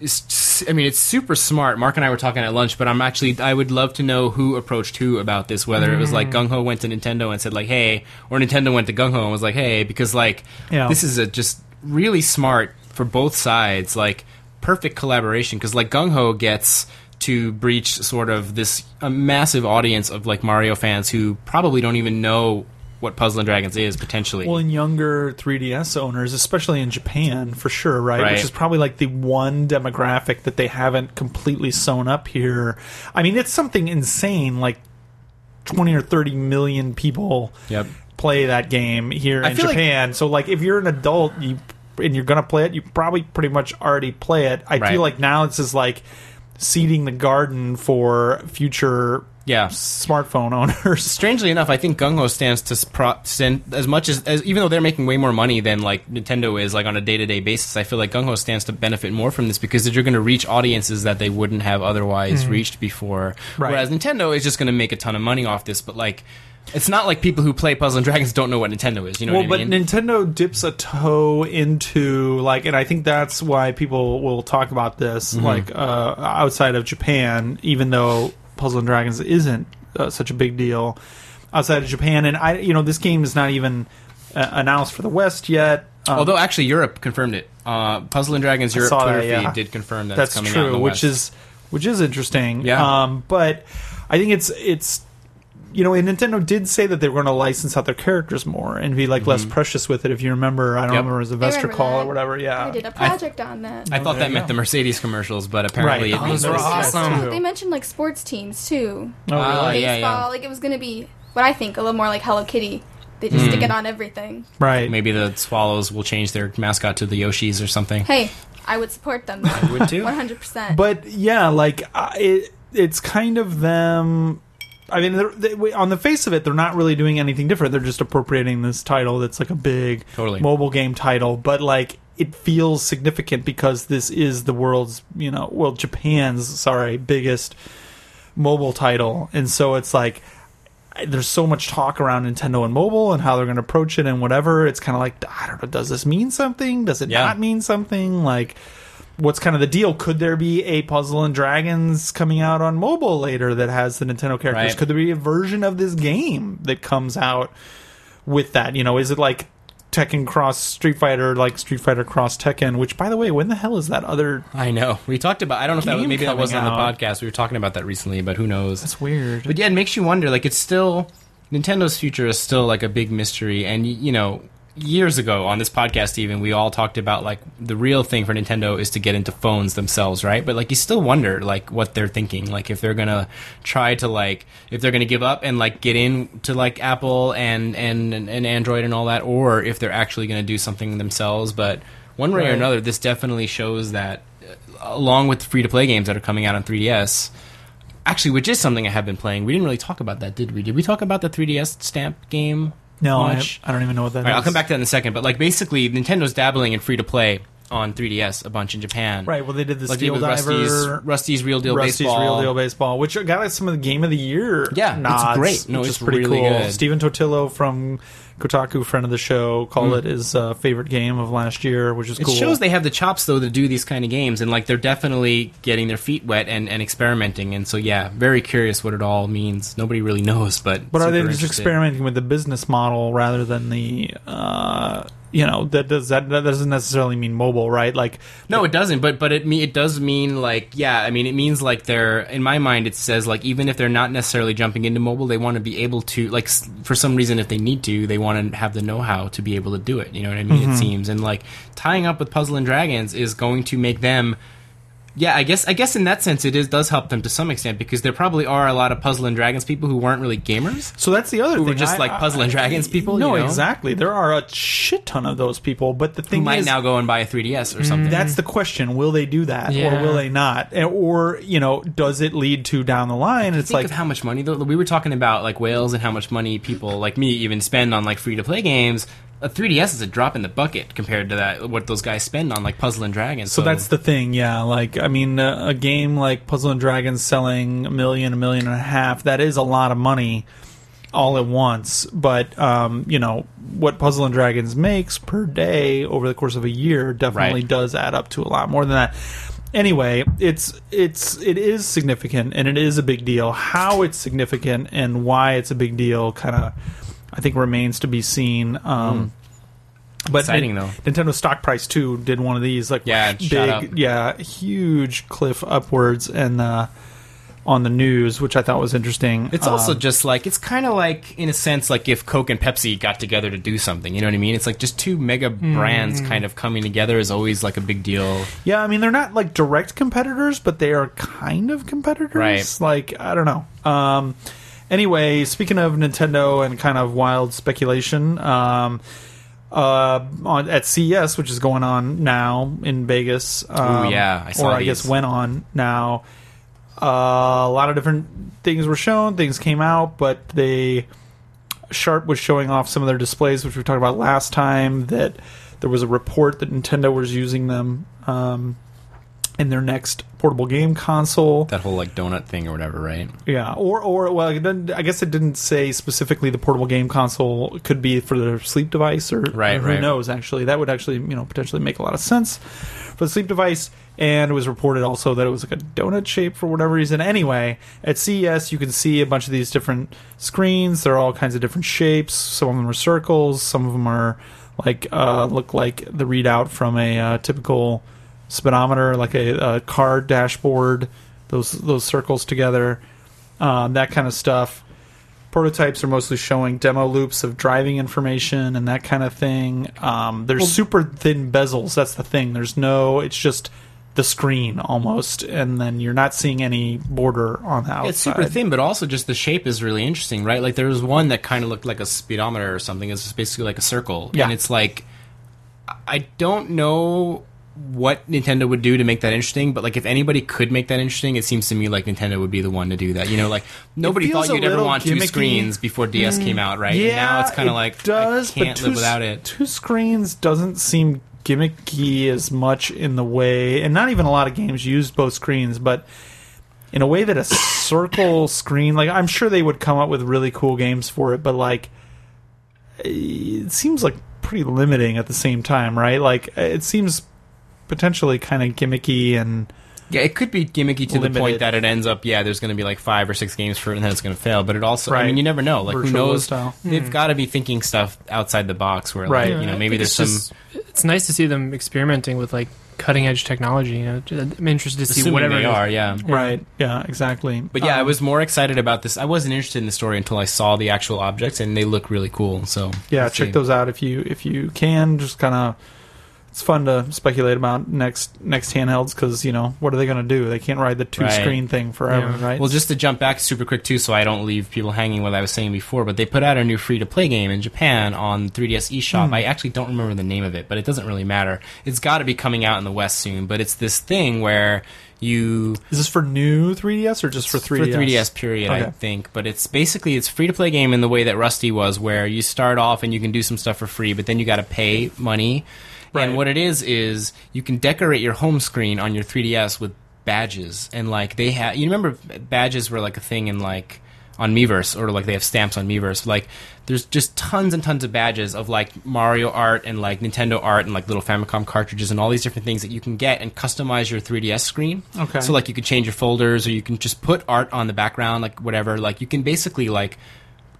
Is, s- I mean, it's super smart. Mark and I were talking at lunch, but I'm actually I would love to know who approached who about this. Whether it was
Mm.
like Gung Ho went to Nintendo and said like, "Hey," or Nintendo went to Gung Ho and was like, "Hey," because like
Yeah.
this is a just really smart for both sides, like perfect collaboration. Because like Gung Ho gets to breach sort of this a massive audience of like Mario fans who probably don't even know what Puzzle and Dragons is potentially.
Well, in younger 3DS owners, especially in Japan, for sure, right?
Right.
Which is probably like the one demographic that they haven't completely sewn up here. I mean, it's something insane, like 20 or 30 million people
Yep.
play that game here
I
in
feel like-
Japan. so, like, if you're an adult you, and you're going to play it, you probably pretty much already play it. I
Right.
feel like now it's just like seeding the garden for future
yeah.
smartphone owners.
strangely enough, I think Gung Ho stands to s- pro- stand as much as, as even though they're making way more money than like Nintendo is like on a day to day basis. I feel like Gung Ho stands to benefit more from this because you're going to reach audiences that they wouldn't have otherwise reached before.
Hmm. Right.
Whereas Nintendo is just going to make a ton of money off this, but like. It's not like people who play Puzzle and Dragons don't know what Nintendo is. You know
well,
what I
but
mean?
Nintendo dips a toe into like, and I think that's why people will talk about this
Mm-hmm.
like uh, outside of Japan, even though Puzzle and Dragons isn't uh, such a big deal outside of Japan. And I, you know, this game is not even uh, announced for the West yet. Um,
Although actually, Europe confirmed it. Uh, Puzzle and Dragons Europe
saw
Twitter
that, yeah.
feed did confirm that
that's
it's coming
true,
out in the
which
West.
is which is interesting.
Yeah.
Um, but I think it's it's you know, and Nintendo did say that they were going to license out their characters more and be like less precious with it. If you remember, I don't
Mm-hmm. Yep.
remember it was a Vester
remember
call
that.
or whatever. Yeah,
I did a project on that.
I thought
Oh, there
that
you
meant
go.
the Mercedes commercials, but apparently
Right. Oh,
it means
Those were
this.
awesome.
Awesome.
They mentioned like sports teams too.
Oh,
Ah,
really?
yeah, yeah.
Baseball, like it was gonna be what I think a little more like Hello Kitty. They just stick it on everything.
right.
Maybe the swallows will change their mascot to the Yoshis or something.
Hey, I would support them.
Would too.
One hundred percent.
But yeah, like I, it, it's kind of them. I mean, they're, they, we- on the face of it, they're not really doing anything different. They're just appropriating this title that's like a big
Totally.
mobile game title, but like it feels significant because this is the world's, you know, well, Japan's sorry biggest mobile title, and so it's like I- there's so much talk around Nintendo and mobile and how they're going to approach it and whatever. It's kind of like I don't know. Does this mean something? Does it
Yeah.
not mean something? Like. What's kind of the deal? Could there be a Puzzle and Dragons coming out on mobile later that has the Nintendo characters?
Right.
Could there be a version of this game that comes out with that? You know, is it like Tekken Cross Street Fighter, like Street Fighter Cross Tekken? Which, by the way, when the hell is that other?
I know. We talked about. I don't know if that was,
Game
maybe that
coming
wasn't on
out.
the podcast. We were talking about that recently, but who knows?
That's weird.
But yeah, it makes you wonder. Like it's still Nintendo's future is still like a big mystery, and y- you know, years ago on this podcast, even we all talked about like the real thing for Nintendo is to get into phones themselves, right? But like you still wonder like what they're thinking, like if they're gonna try to like if they're gonna give up and like get in to like Apple and and and, and Android and all that, or if they're actually gonna do something themselves, but. One way or
Right.
another, this definitely shows that, uh, along with free to play games that are coming out on 3DS, actually, which is something I have been playing. We didn't really talk about that, did we? Did we talk about the 3DS stamp game?
No, I,
much?
I don't even know what that
All right, I'll
is.
come back to that in a second. But like, basically, Nintendo's dabbling in free to play on 3DS a bunch in Japan.
Right. Well, they did the
Like,
Steel
with Rusty's,
Diver,
Rusty's Real Deal
Rusty's
Baseball.
Real Deal Baseball, which got us some of the Game of the Year.
Yeah, it's
nods,
great. No,
which
it's
is pretty
really
cool.
good.
Stephen Totillo from Kotaku, friend of the show, called it his uh, favorite game of last year, which is
Mm. It
cool.
shows they have the chops though to do these kind of games, and like they're definitely getting their feet wet and, and experimenting. And so, yeah, very curious what it all means. Nobody really knows, but
But are they
super
just
interested.
experimenting with the business model rather than the, uh, you know, that does that, that doesn't necessarily mean mobile, right? Like,
No, it doesn't. But but it me it does mean like yeah. I mean, it means like they're in my mind. It says like even if they're not necessarily jumping into mobile, they want to be able to like s- for some reason if they need to, they want to have the know how to be able to do it. You know what I mean?
Mm-hmm.
It seems and like tying up with Puzzle and Dragons is going to make them. Yeah, I guess I guess in that sense it is does help them to some extent because there probably are a lot of Puzzle and Dragons people who weren't really gamers.
So that's the other
Who were
thing.
just, like, Puzzle and Dragons people,
No,
you know?
exactly. There are a shit ton of those people, but the
Who
thing
might
is, Mm-hmm.
now go and buy a 3DS or something.
that's the question: Will they do that,
Yeah.
or will they not? And- Or you know, does it lead to down the line? It's
think
like
of how much money though we were talking about like whales and how much money people like me even spend on like free to play games a 3ds is a drop in the bucket compared to that what those guys spend on like puzzle and dragons
So that's the thing, yeah. Like, I mean, uh, a game like Puzzle and Dragons selling a million, a million and a half, that is a lot of money all at once. But, um, you know, what Puzzle and Dragons makes per day over the course of a year definitely
Right.
does add up to a lot more than that. Anyway, it's it's it is significant and it is a big deal. How it's significant and why it's a big deal kind of I think remains to be seen. Um, But
Hmm. Exciting, though.
Nintendo stock price too did one of these like
Yeah, it
big
shot up.
yeah huge cliff upwards and uh, on the news, which I thought was interesting.
it's also
Um,
just like it's kind of like in a sense like if coke and pepsi got together to do something you know what i mean it's like just two mega brands kind of coming together is always like a big deal
yeah, I mean they're not like direct competitors, but they are kind of competitors.
Right.
Like I don't know. Um, anyway, speaking of Nintendo and kind of wild speculation. Um, uh, on, at CES, which is going on now in Vegas. Um,
yeah, I saw
or I
these.
guess went on now. Uh, a lot of different things were shown, things came out, but they Sharp was showing off some of their displays, which we talked about last time. That there was a report that Nintendo was using them um, in their next portable game console.
that whole like donut thing or whatever right
Yeah, or or well, it didn't, I guess it didn't say specifically the portable game console It could be for their sleep device or
Right,
or who
right.
knows. Actually, that would actually you know potentially make a lot of sense for the sleep device. And it was reported also that it was like a donut shape for whatever reason. Anyway, at CES you can see a bunch of these different screens. They're all kinds of different shapes. Some of them are circles. Some of them are like uh, look like the readout from a uh, typical speedometer, like a, a car dashboard. Those those circles together um, that kind of stuff. Prototypes are mostly showing demo loops of driving information and that kind of thing. Um, they're super thin bezels. That's the thing. There's no. It's just the screen almost, and then you're not seeing any border on the outside.
It's super thin, but also just the shape is really interesting, right? Like there was one that kind of looked like a speedometer or something. It's just basically like a circle,
Yeah.
and it's like I- I don't know what Nintendo would do to make that interesting, but like if anybody could make that interesting, it seems to me like Nintendo would be the one to do that. You know, like nobody
feels
thought
a
you'd ever
little
want two
gimmicky.
screens before DS came out, right?
Yeah,
and now it's kind
it
of like
does,
I
but
can't
two,
live
s-
without it.
Two screens doesn't seem gimmicky as much in the way, and not even a lot of games use both screens, but in a way that a circle screen, like I'm sure they would come up with really cool games for it, but like it seems like pretty limiting at the same time, right? Like it seems potentially kind of gimmicky and
Yeah, it could be gimmicky to the
Limited.
point that it ends up. Yeah, there's going to be like five or six games for it, and then it's going to fail. But it also, I
Right.
mean, you never know. Like, who
Virtual
knows?
style.
They've got to be thinking stuff outside the box, where
Hmm. Right.
like, you know, maybe there's
it's
some.
just- it's nice to see them experimenting with like cutting edge technology. You know, I'm interested to see
assuming
whatever
they
it is.
are, yeah.
right. Yeah, exactly.
But yeah, I
Um,
was more excited about this. I wasn't interested in the story until I saw the actual objects, and they look really cool. So
yeah
we'll
check
see.
those out if you if you can just kind of it's fun to speculate about next next handhelds because you know what are they going to do they can't ride the two
Right.
screen thing forever
Yeah.
right
Well, just to jump back super quick too, so I don't leave people hanging. What I was saying before, but they put out a new free to play game in Japan on 3DS eShop.
Hmm.
I actually don't remember the name of it, but it doesn't really matter. It's got to be coming out in the West soon. But it's this thing where you
is this for new 3ds or just for 3ds
for 3DS period, I
Okay.
think. But it's basically it's free to play game in the way that Rusty was, where you start off and you can do some stuff for free, but then you got to pay money.
Right.
And what it is is you can decorate your home screen on your 3DS with badges, and like they have, you remember badges were like a thing in like on Miiverse, or like they have stamps on Miiverse. Like there's just tons and tons of badges of like Mario art and like Nintendo art and like little Famicom cartridges and all these different things that you can get and customize your 3DS screen.
Okay.
So like you could change your folders or you can just put art on the background, like whatever. Like you can basically like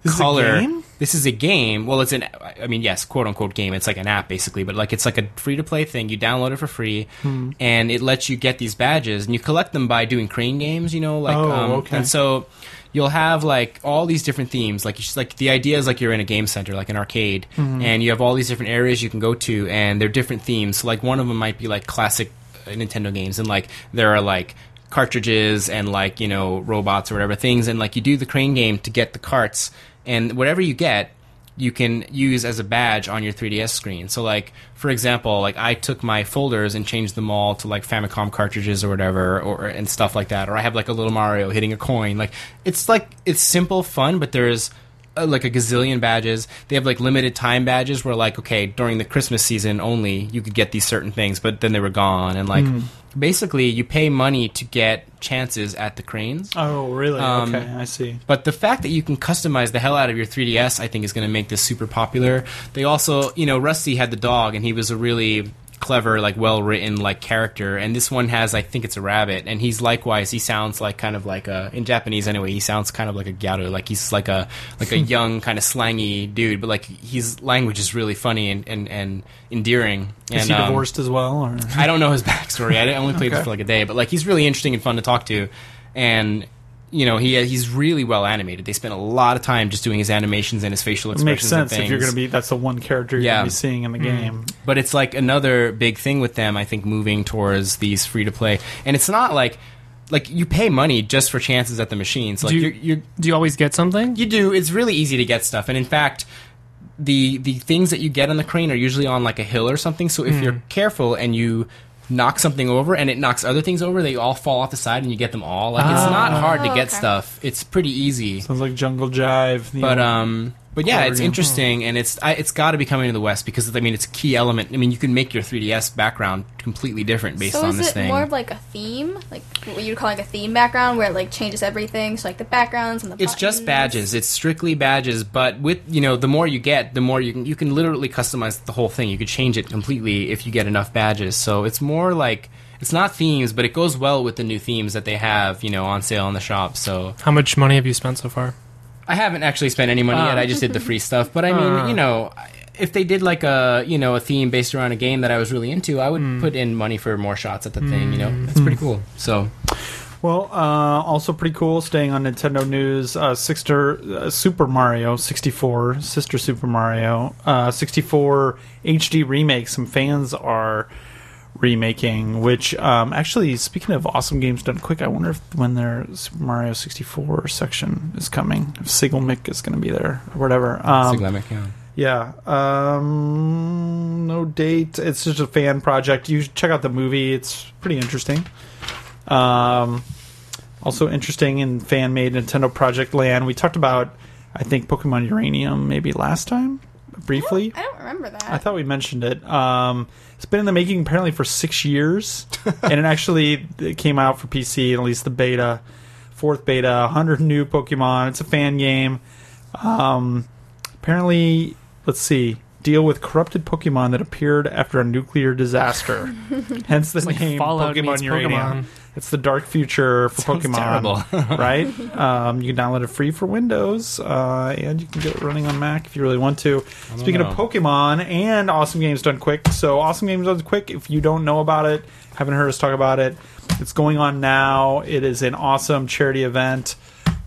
This is a
color.
game?
This is a game. Well, it's an I mean, yes, quote unquote game. It's like an app basically, but like it's like a free to play thing. You download it for free,
Hmm.
and it lets you get these badges, and you collect them by doing crane games. You know, like
Oh,
um,
okay.
and so you'll have like all these different themes. Like it's just, like the idea is like you're in a game center, like an arcade,
Mm-hmm.
and you have all these different areas you can go to, and they're different themes. So like one of them might be like classic uh, Nintendo games, and like there are like cartridges and like you know robots or whatever things, and like you do the crane game to get the carts, and whatever you get. You can use as a badge on your 3DS screen. So, like for example, like I took my folders and changed them all to like Famicom cartridges or whatever, or and stuff like that. Or I have like a little Mario hitting a coin. Like it's like it's simple fun, but there's uh, like a gazillion badges. They have like limited time badges where like okay, during the Christmas season only you could get these certain things, but then they were gone and like basically you pay money to get chances at the cranes.
oh really
Um,
okay i see
But the fact that you can customize the hell out of your 3DS, I think, is going to make this super popular. They also, you know, Rusty had the dog, and he was a really clever, like well written, like character. And this one has, I think, it's a rabbit, and he's likewise. He sounds like kind of like a in Japanese anyway. He sounds kind of like a gato, like he's like a like a young kind of slangy dude. But like his language is really funny and and, and endearing.
is
and,
he
um,
divorced as well or
I don't know his backstory. I only played this for like a day, but like he's really interesting and fun to talk to, and you know he uh, he's really well animated. They spent a lot of time just doing his animations and his facial
it makes
expressions.
sense
and
if you're going to be that's the one character you're
Yeah.
going to be seeing in the game
But it's like another big thing with them. I think moving towards these free to play, and it's not like like you pay money just for chances at the machines. Like
Do you-
you're, you're
Do you always get something?
you do. It's really easy to get stuff, and in fact, the the things that you get on the crane are usually on like a hill or something. So if you're careful and you knock something over and it knocks other things over, they all fall off the side, and you get them all. Like it's not hard to
Oh,
get
okay.
stuff. It's pretty easy,
sounds like jungle jive the
but
old-
um. But yeah, it's
Oregon.
interesting, and it's I, it's got to be coming to the West because I mean it's a key element. I mean you can make your 3ds background completely different based
so
on
is
this
it
thing.
more of like a theme, like what you're calling a theme background, where it like changes everything, so like the backgrounds and the.
It's just
buttons?
badges. It's strictly badges, but with you know, the more you get, the more you can you can literally customize the whole thing. You could change it completely if you get enough badges. So it's more like it's not themes, but it goes well with the new themes that they have, you know, on sale in the shop. So
How much money have you spent so far?
I haven't actually spent any money yet.
Ah.
I just did the free stuff, but I mean,
Ah.
you know, I- if they did like a you know a theme based around a game that I was really into, I would put in money for more shots at the thing. You know, that's pretty cool. So
Well, uh, also pretty cool. Staying on Nintendo news, uh, sister uh, Super Mario 64, Sister Super Mario uh, 64 HD remake. Some fans are remaking. Which um, actually, speaking of awesome games done quick, I wonder if when their Super Mario 64 section is coming, if Sigil Mick is going to be there or whatever. Um,
Siglemic, yeah.
yeah. Um, no date. It's just a fan project. You should check out the movie. It's pretty interesting. Um, also interesting in fan made Nintendo Project Land. We talked about, I think, Pokemon Uranium maybe last time, briefly.
I don't remember that.
I thought we mentioned it. Um, it's been in the making apparently for six years, and it actually it came out for PC, at least the beta. fourth beta, 100 new Pokemon. It's a fan game. Um, apparently, let's see. Deal with corrupted Pokemon that appeared after a nuclear disaster. Hence the
like
name
Fallout
Pokemon
meets
Uranium.
Pokemon.
It's the dark future for
Sounds
Pokemon. right? Um, you can download it free for Windows, uh, and you can get it running on Mac if you really want to.
don't
Speaking of
know.
Pokemon and Awesome Games Done Quick, so Awesome Games Done Quick, if you don't know about it, haven't heard us talk about it, it's going on now. It is an awesome charity event.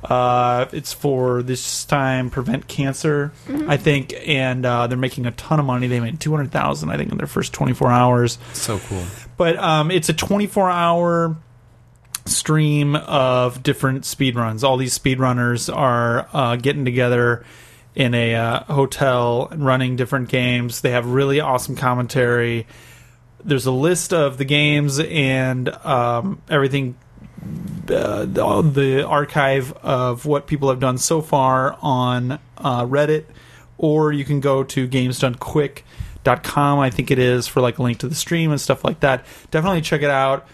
Uh, it's for this time prevent cancer, I think, and uh, they're making a ton of money. They made two hundred thousand, I think, in their first twenty four hours
So cool.
but um, it's a 24 hour stream of different speedruns. All these speedrunners are uh, getting together in a uh, hotel and running different games. They have really awesome commentary. There's a list of the games and um, everything, uh, the- all the archive of what people have done so far on uh, Reddit, or you can go to gamesdonequick.com, I think it is, for like a link to the stream and stuff like that. Definitely check it out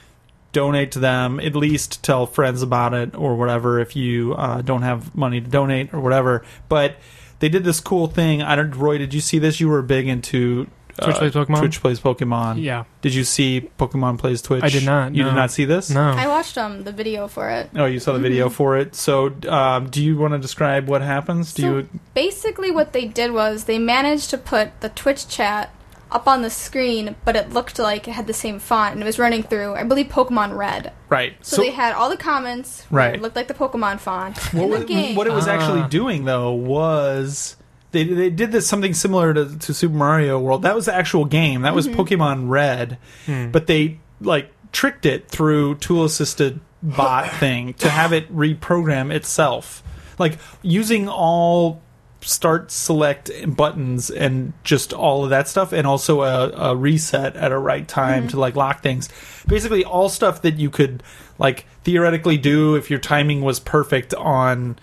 donate to them at least tell friends about it or whatever if you uh, don't have money to donate or whatever but they did this cool thing i don't roy did you see this you were big into uh,
Twitch plays Pokemon?
twitch plays pokemon
Yeah.
did you see pokemon plays twitch
I did not,
you did
no.
not see this
No.
I watched um the video for it.
oh you saw the video
Mm-hmm.
for it so um, do you want to describe what happens do
So-
you
Basically, what they did was they managed to put the Twitch chat up on the screen, but it looked like it had the same font and it was running through, I believe, Pokemon Red.
right
So, they had all the comments. where
Right.
It looked like the Pokemon font.
what,
in the
was-
game.
what it was actually
Ah.
doing though was they they did this something similar to, to Super Mario World. That was the actual game. That
Mm-hmm.
was Pokemon Red,
Hmm.
but they like tricked it through tool assisted bot thing to have it reprogram itself, like using all start select buttons and just all of that stuff and also a, a reset at a right time
Mm-hmm.
to like lock things basically all stuff that you could like theoretically do if your timing was perfect on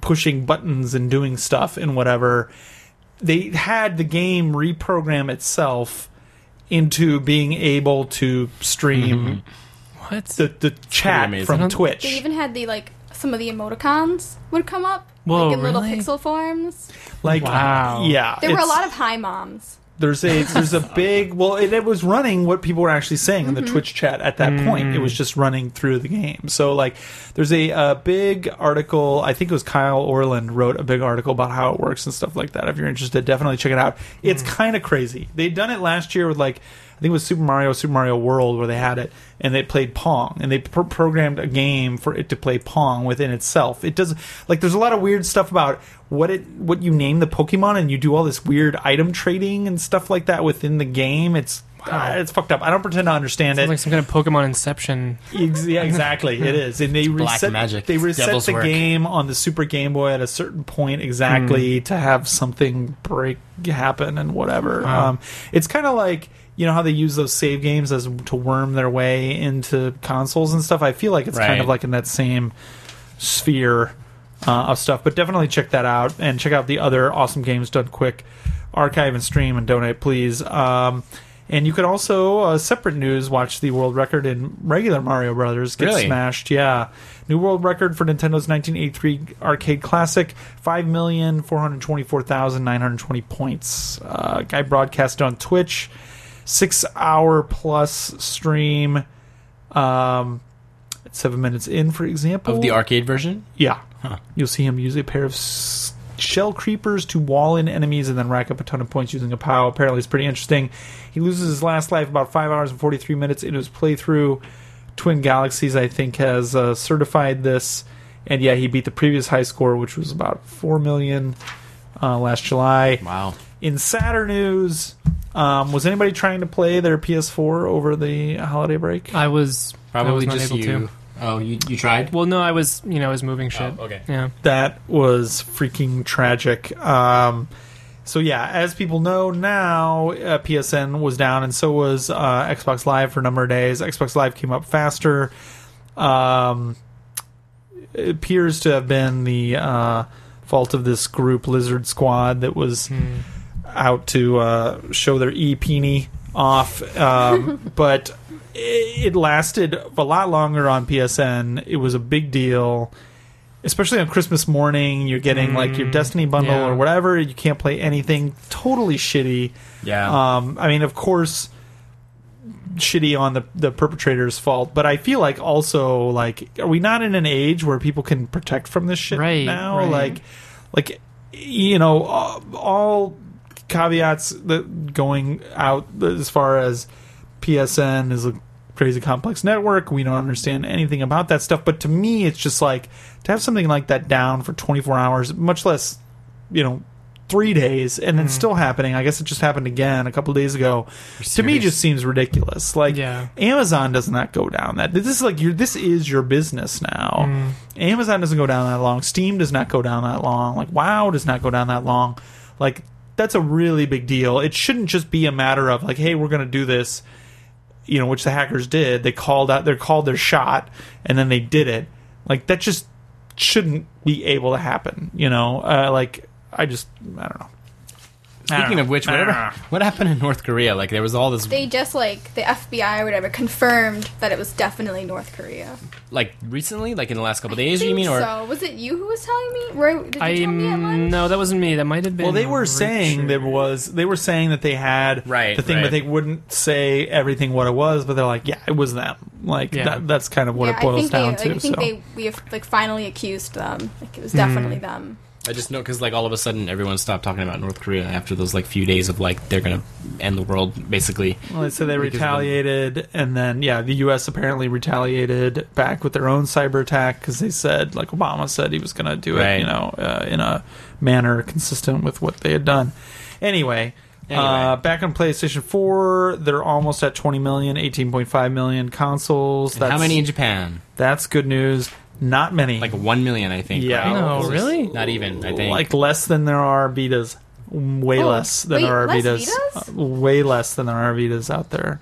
pushing buttons and doing stuff and whatever they had the game reprogram itself into being able to stream
What?
the, the chat
amazing. I
from
don't-
twitch
They even had the like some of the emoticons would come up,
Whoa,
like in little
really?
pixel forms.
like
Wow.
yeah
There were a
it's-
lot of hi moms.
there's a there's a big well it, it was running what people were actually saying in the twitch chat at that point it was just running through the game so like there's a, uh big article i think it was kyle orland wrote a big article about how it works and stuff like that if you're interested definitely check it out it's kind of crazy they'd done it last year with like i think it was super mario super mario world where they had it and they played pong and they pr- programmed a game for it to play pong within itself it does like there's a lot of weird stuff about what it what you name the Pokemon and you do all this weird item trading and stuff like that within the game. It's uh, it's fucked up. I don't pretend to understand
Sounds
it.
like some kind of Pokemon Inception.
Ex- yeah, exactly. It is, and they
Black
reset
magic.
they reset
Devil's
the
work.
game on the Super Game Boy at a certain point
Hmm.
exactly to have something break happen and whatever.
Wow.
Um, it's kind of like. You know how they use those save games as to worm their way into consoles and stuff. I feel like it's kind
Right.
of like in that same sphere uh, of stuff. But definitely check that out and check out the other awesome games done quick. Archive and stream and donate, please. Um, and you can also, uh, separate news, watch the world record in regular Mario Brothers get
Really?
smashed. Yeah, new world record for Nintendo's 1983 arcade classic: five million four hundred twenty-four thousand nine hundred twenty points. Uh, guy broadcast on Twitch, six-hour plus stream. Um, seven minutes in, for example,
Of the arcade version?
yeah.
Huh.
You'll see him use a pair of s- shell creepers to wall in enemies and then rack up a ton of points using a POW. Apparently, it's pretty interesting. He loses his last life about 5 hours and 43 minutes into his playthrough. Twin Galaxies, I think, has uh, certified this. And yeah, he beat the previous high score, which was about 4 million uh, last July.
Wow.
In Saturn news, um, was anybody trying to play their PS4 over the holiday break?
I was I was
Probably
not
just
able
you.
to.
Oh, you, you tried?
Well, no, I was you know I was moving shit.
okay.
Yeah.
that was freaking tragic. Um, so yeah, as people know now, uh, PSN was down, and so was uh, Xbox Live for a number of days. Xbox Live came up faster. Um, it appears to have been the uh, fault of this group, Lizard Squad, that was out to uh, show their e peenie off. Um, but it lasted a lot longer on PSN. It was a big deal, especially on Christmas morning. You're getting like your Destiny bundle
yeah.
or whatever. You can't play anything. Totally shitty.
Yeah.
Um, I mean, of course, shitty on the the perpetrator's fault, but I feel like also like, are we not in an age where people can protect from this shit
Right,
now?
right.
Like, like you know, all, all caveats that going out as far as PSN is a crazy complex network. We don't understand anything about that stuff, but to me, it's just like to have something like that down for 24 hours, much less you know three days and it's still happening i guess it just happened again a couple days ago to me
serious.
just seems ridiculous like
Yeah.
amazon does not go down that this is like your this is your business now amazon doesn't go down that long steam does not go down that long like wow does not go down that long like that's a really big deal it shouldn't just be a matter of like hey we're going to do this you know, which the hackers did. They called out, they called their shot, and then they did it. Like that just shouldn't be able to happen. You know, uh, like I just, I don't know. I don't
Speaking
know.
of which, whatever,
Ah.
what happened in North Korea? Like there was all this
They just like the FBI or whatever confirmed that it was definitely North Korea.
like recently, like in the last couple
I
days. You
think
mean or
so? Was it you who was telling me? Roy, did you
I
tell me at lunch?
no, that wasn't me. That might have been.
Well, they were
Richard.
saying there was, they were saying that they had
Right,
the thing, but
right.
they wouldn't say everything what it was. But they're like, yeah, it was them. Like
Yeah.
that, that's kind of what
yeah,
it
I
boils
think
down
they,
to.
I think
so.
they we have like finally accused them. Like it was definitely them.
I just know because like all of a sudden everyone stopped talking about North Korea after those like few days of like they're gonna end the world basically.
Well, they said they
Because of the-
retaliated, and then yeah, the U.S. apparently retaliated back with their own cyber attack because they said, like Obama said, he was going to do it,
Right.
you know, uh, in a manner consistent with what they had done. Anyway, Uh,
Anyway.
back on PlayStation 4, they're almost at 20 million, 18.5 million consoles.
And how many in Japan?
That's good news. Not many.
Like one million, I think.
Yeah.
right?
No,
It's just
really?
Not even. I think.
Like less than there are Vitas. Way
Oh,
less than
wait,
there are
less
Vitas.
Vitas?
Uh, way less than there are Vitas out there.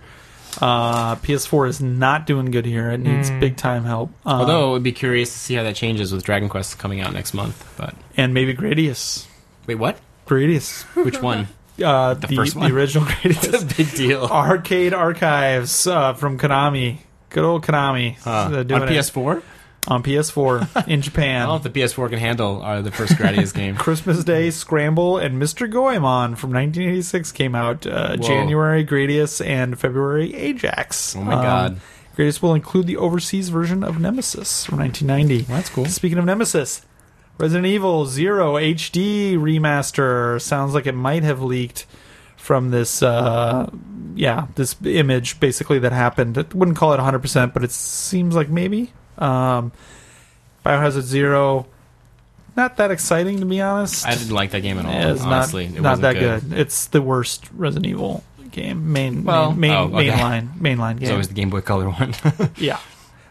Uh, PS4 is not doing good here. It needs
Hmm.
big time help. Um,
Although it would be curious to see how that changes with Dragon Quest coming out next month. But
and maybe Gradius.
wait, what?
Gradius.
Which one?
Uh, the,
first one?
the original
It's
Gradius.
a big deal.
Arcade Archives uh, from Konami. Good old Konami.
Uh,
They're
on
doing it
PS4?
on PS4 in
I
Japan.
don't know if the PS4 can handle uh, the first Gradius game.
Christmas Day Scramble and Mr. Goemon from 1986 came out uh,
Whoa.
January Gradius and February Ajax.
Oh my God.
Gradius will include the overseas version of Nemesis from 1990.
Well, that's cool.
Speaking of Nemesis, Resident Evil Zero HD remaster sounds like it might have leaked from this. Uh, yeah, this image basically that happened. I wouldn't call it 100%, but it seems like maybe. Um, Biohazard Zero, not that exciting to be honest.
I didn't like that game at all.
Yeah, it's
honestly,
not,
it
not
wasn't
that good. It's the worst Resident Evil game. Main
Well-
main, main,
Oh, okay.
mainline mainline
It's
game.
always the Game Boy Color one.
yeah.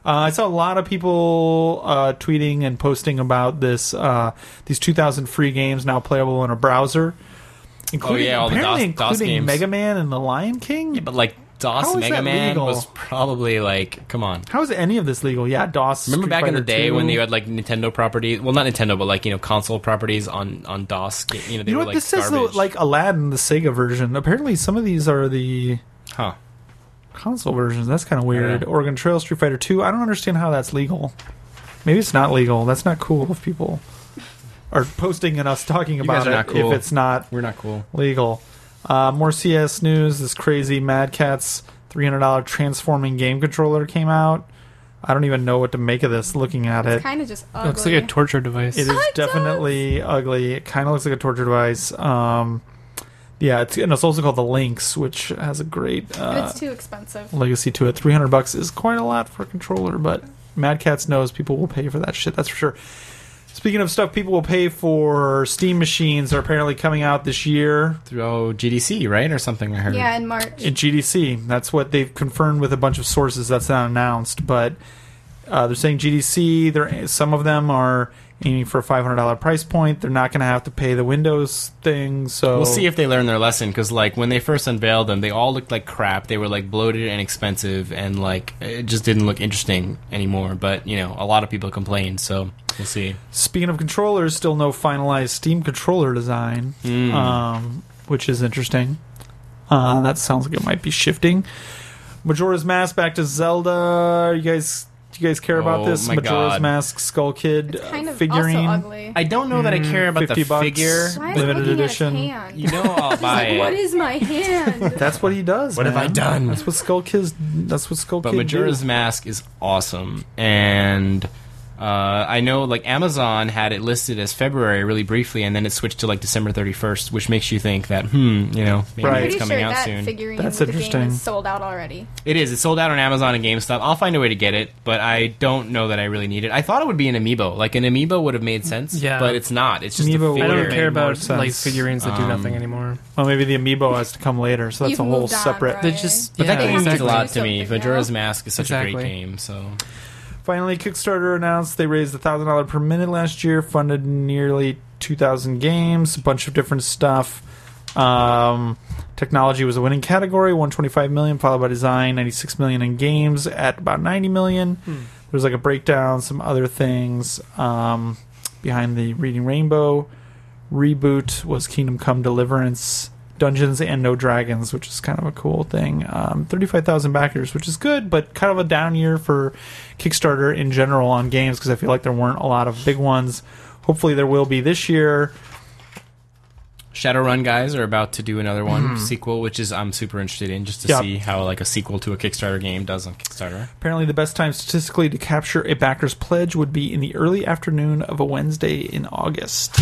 Uh, I saw a lot of people uh, tweeting and posting about this. Uh, these 2,000 free games now playable in a browser, including
Oh, yeah, all the
apparently
DOS- DOS
including
games.
Mega Man and the Lion King.
but like DOS
How is
Mega
that
Man
legal?
was probably like, come on.
How is any of this legal? Yeah, DOS.
Remember
Street
back in the
Fighter
day when
2.
you had like Nintendo properties? Well, not Nintendo, but like you know console properties on on DOS. ga- You know, they
You know
were
what
like
this
garbage.
says though, like Aladdin, the Sega version. Apparently, some of these are the
huh?
console versions. That's kind of weird.
Yeah.
Oregon Trail, Street Fighter Two. I don't understand how that's legal. Maybe it's not legal. That's not cool if people are posting and us talking
guys
about
are
it
not cool.
if it's not
We're not cool.
legal. Uh, more CS news. This crazy Mad Catz $300 transforming game controller came out. I don't even know what to make of this. Looking at it,
It's kind of just
It
ugly.
looks like a torture device.
it is
It does.
definitely ugly. It kind of looks like a torture device. Um, yeah, it's, and it's also called the Lynx, which has a great.
But
Uh,
it's too expensive.
legacy to it. 300 bucks is quite a lot for a controller, but Mad Catz knows people will pay for that shit, that's for sure. Speaking of stuff people will pay for, Steam machines are apparently coming out this year
Through GDC, right, or something? I heard.
Yeah, in March.
at GDC. That's what they've confirmed with a bunch of sources. That's not announced, but uh, they're saying GDC. They're, some of them are aiming for a $500 price point. They're not going to have to pay the Windows thing, so
We'll see if they learn their lesson because, like, when they first unveiled them, they all looked like crap. They were like bloated and expensive, and like it just didn't look interesting anymore. But you know, a lot of people complained, so we'll see.
Speaking of controllers, still no finalized Steam controller design,
Hmm.
Uh, um, which is interesting. Uh, that sounds like it might be shifting. Majora's Mask back to Zelda. You guys, do you guys care about
Oh,
this
my
Majora's
God.
Mask Skull Kid
It's kind
uh,
of
figurine?
also ugly.
I don't know that I care about the
50 bucks.
figure.
Why is
limited
looking
edition.
At his hand?
You know I'll buy
Like,
it.
what is my hand?
That's what he does.
What have
man.
I done?
That's what Skull Kid. That's what Skull
but
Kid.
Majora's
do.
Mask is awesome, and uh, I know like Amazon had it listed as February really briefly, and then it switched to like December thirty first, which makes you think that hmm, you know, maybe
Right.
it's
Pretty
coming
sure
out
that
soon.
figurine
That's
with the
interesting.
game is sold out already.
It is. It's sold out on Amazon and GameStop. I'll find a way to get it, but I don't know that I really need it. I thought it would be an amiibo. Like an amiibo would have made sense,
Yeah.
but it's not. It's just
Amiibo
a
would
figure.
I
Would've
don't
made
care
more
about
sense.
like figurines that do nothing anymore.
Well, maybe the amiibo has to come later, so that's
You've
a whole
moved on,
separate.
right?
They just
But
yeah,
that game means a
exactly.
lot to
Something
me.
now.
Majora's Mask is such a
Exactly.
great game, so
Finally, Kickstarter announced they raised a thousand dollar per minute last year, funded nearly two thousand games, a bunch of different stuff. Um, technology was a winning category, one twenty five million, followed by design, ninety six million, and games at about ninety million.
Hmm.
There was like a breakdown, some other things um, behind the Reading Rainbow reboot was Kingdom Come Deliverance. Dungeons and No Dragons, which is kind of a cool thing. Um, 35,000 backers, which is good, but kind of a down year for Kickstarter in general on games because I feel like there weren't a lot of big ones. Hopefully, there will be this year.
Shadowrun guys are about to do another one sequel, which is I'm super interested in just to
Yeah.
see how like a sequel to a Kickstarter game does on Kickstarter.
Apparently, the best time statistically to capture a backer's pledge would be in the early afternoon of a Wednesday in August,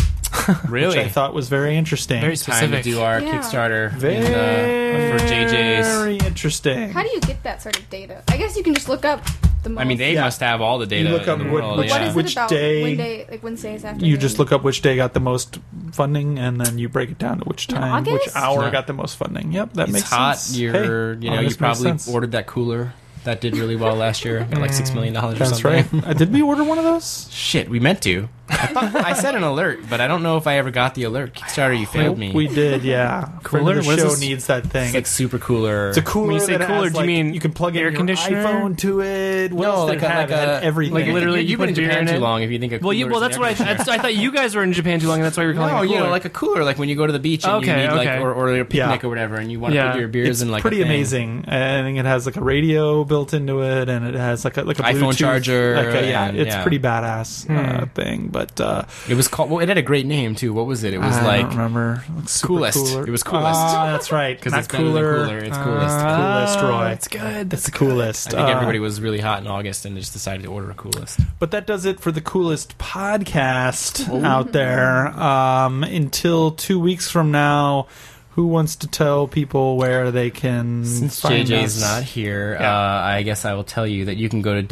Really,
which I thought was very interesting.
Very
time to
specific.
do our
Yeah.
Kickstarter
very
and, uh, for JJ's.
Very interesting.
How do you get that sort of data? I guess you can just look up the. Most,
I mean, they
Yeah.
must have all the data.
look up
in the
what-
world,
But what
yeah.
is
Which
it about
day-
When day, like Wednesdays after.
you just look up which day got the most funding, and then you break it down to which
In
time, which
August?
hour
Yeah.
got the most funding. Yep, that
it's
makes
hot.
sense.
You're,
Hey,
you know,
August
you
makes
probably
sense.
ordered that cooler that did really well last year, at like six million dollars. or
That's
something.
right. Uh, did we order one of those?
Shit, we meant to. I, thought, I set an alert, but I don't know if I ever got the alert. Kickstarter, you
Nope,
failed me.
We did. Yeah. Friend of
Cooler?
The
What is
show
this?
needs that thing.
it's like super cooler.
It's a cooler.
When you say
that
cooler,
has,
do you
like,
mean
you can plug in
air
your
conditioner?
iPhone to it? What
no,
else did
like
it
a,
have?
like
It had
a,
everything.
Like, literally,
You
you've
put
been in
beer
Japan
in
too
it.
long. If you think a
Well, you,
cooler
well,
is an
that's what I,
air conditioner.
that's, I thought you guys were in Japan too long, and that's why you're calling
No,
it a
you know,
cooler.
like a cooler, like when you go to the beach and you
Okay,
need like
okay.
or, or a picnic
Yeah.
or whatever, and you want to
Yeah.
put your beers
it's
in like a
pretty
thing.
amazing. Uh, I think it has like a radio built into it, and it has like a like a
iPhone
Bluetooth-
charger,
Like a, yeah,
and-
it's
yeah.
pretty badass
Hmm.
uh, thing. But uh,
It was called. Well, it had a great name too. What was it? It was
I
like
don't remember Like, super
Coolest.
Cooler.
It was Coolest.
Ah, that's right.
because
Not Ah.
it's better than cooler. It's coolest.
coolest, Roy.
It's good.
That's
That's
the coolest.
I think
Uh,
everybody was really hot in August and just decided to order a coolest.
But that does it for the coolest podcast
Oh.
out there. Um, until two weeks from now, who wants to tell people where they can
Since
find
JJ's
us?
not here,
Yeah.
uh, I guess I will tell you that you can go to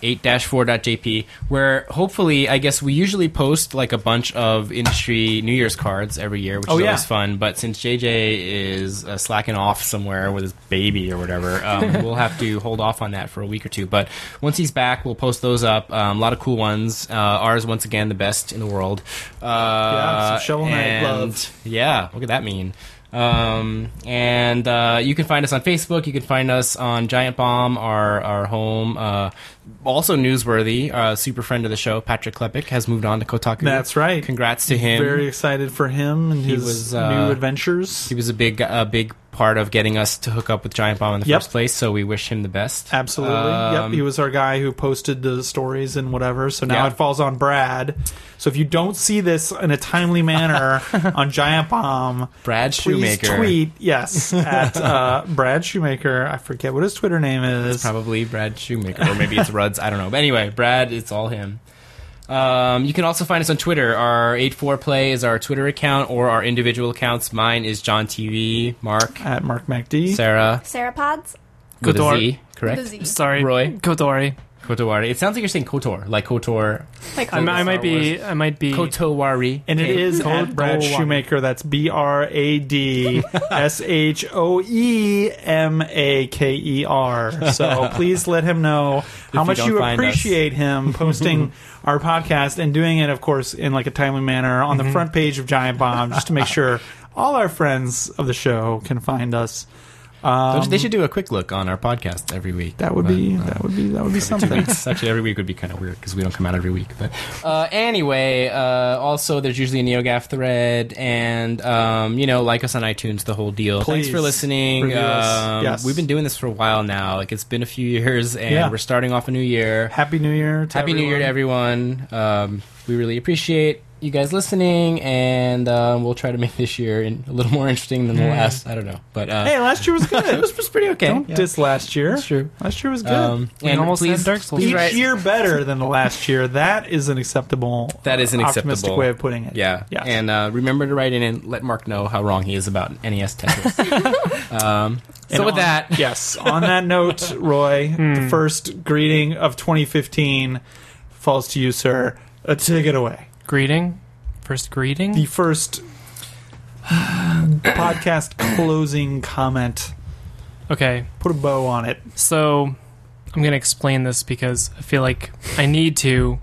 www.8-4.jp, where hopefully, I guess we usually post like a bunch of industry New Year's cards every year, which
Oh,
is
yeah.
always fun. But since JJ is uh, slacking off somewhere with his baby or whatever, um, we'll have to hold off on that for a week or two. But once he's back, we'll post those up. Um, a lot of cool ones. Uh, ours, once again, the best in the world. Uh,
Yeah, some Shovel Knight
and-
love.
yeah, what could that mean? Um, and uh, you can find us on Facebook. You can find us on Giant Bomb, our our home. Uh, also newsworthy, uh, super friend of the show, Patrick Klepek has moved on to Kotaku.
That's right.
Congrats to him.
Very excited for him and his
was, uh,
new adventures.
he was a big a big part of getting us to hook up with Giant Bomb in the
Yep.
first place. So we wish him the best.
Absolutely.
Um,
yep. He was our guy who posted the stories and whatever. So now
Yeah.
it falls on Brad. So if you don't see this in a timely manner on Giant Bomb,
Brad
please
Shoemaker.
tweet yes at uh, Brad Shoemaker. I forget what his Twitter name is.
Probably Brad Shoemaker, or maybe it's Ruds. I don't know. But anyway, Brad, it's all him. Um, you can also find us on Twitter. Our 84play is our Twitter account or our individual accounts. Mine is John TV, Mark,
at Mark MacD.
Sarah,
Sarah Pods.
with a
Kotor.
Z,
with
correct?
a Z.
Sorry,
Roy?
Kotori.
Kotowari. It sounds like you're saying Kotor, like Kotor.
Like,
I'm,
Star
I might be. I might be.
Kotowari.
And it is
Cold
at Brad
War.
Shoemaker. That's B R A D S H O E M A K E R. So please let him know how
you
much
don't
you
find us.
appreciate him posting our podcast and doing it, of course, in like a timely manner on
Mm-hmm.
the front page of Giant Bomb, just to make sure all our friends of the show can find us. Um,
Don't you- they should do a quick look on our podcast every week.
that would
But,
be
uh,
that would be that would be
two
something.
weeks. Actually, every week would be kind of weird because we don't come out every week. But uh, anyway, uh, also there's usually a NeoGaf thread, and um, you know, like us on iTunes, the whole deal. Thanks for
Please,
listening.
review us.
Um,
Yes.
we've been doing this for a while now. Like it's been a few years, and
Yeah.
we're starting off a new year.
Happy New Year! To
Happy New Year to
everyone.
everyone. Um, we really appreciate you guys listening, and um, we'll try to make this year in, a little more interesting than the last. I don't know, but uh,
Hey, last year was good.
it was, was pretty okay.
Don't
Yeah.
diss last year.
That's true.
Last year was good.
Um,
We
and
almost
please,
had Dark Souls.
please
Each
write-
year better than the last year. That is an acceptable.
That is an
uh, optimistic
acceptable-
way of putting it.
Yeah.
Yes.
And uh, remember to write in and let Mark know how wrong he is about NES Tetris. um, so
And
with
on-
that,
yes. On that note, Roy, the first greeting of 2015 falls to you, sir. Uh, take it away.
Greeting, first greeting.
The first podcast closing comment.
okay,
Put a bow on it.
so I'm gonna explain this because I feel like I need to.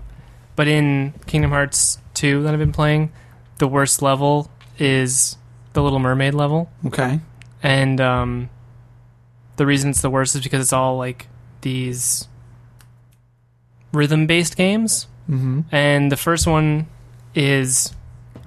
But in Kingdom Hearts 2 that I've been playing, the worst level is the Little Mermaid level.
Okay.
and um, the reason it's the worst is because it's all like these rhythm-based games,
Mm-hmm.
and the first one is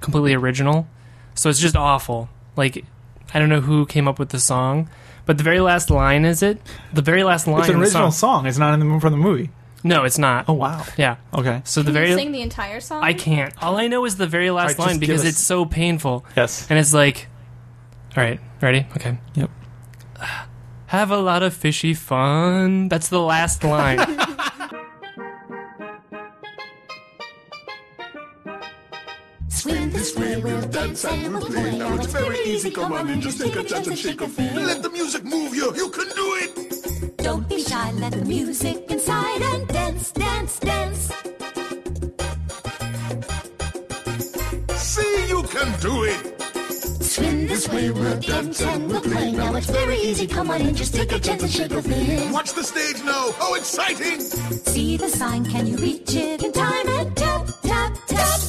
completely original, so it's just awful. Like, I don't know who came up with the song, but the very last line is it? The very last line.
It's an
in the
original
song-
song. It's not in the from the movie.
No, it's not.
Oh wow.
Yeah.
Okay.
So the
Can
very
you sing the entire song?
I can't. All I know is the very last
Alright, just
line
give
because
us-
it's so painful.
Yes.
And it's like, all right, ready? Okay.
Yep.
Have a lot of fishy fun. That's the last line.
Swim this way, we'll dance and we'll play. Now it's very easy, come on in, just take a chance and shake a
Let
feel.
the music move you. You can do it.
Don't be shy, let the music inside and dance, dance, dance.
See, you can do it.
Swim this way, we'll dance and we'll play. Now it's very easy, come on in, just take a chance and shake a feel.
Watch the stage now. How exciting!
See the sign, can you reach it in time? And tap, tap, tap.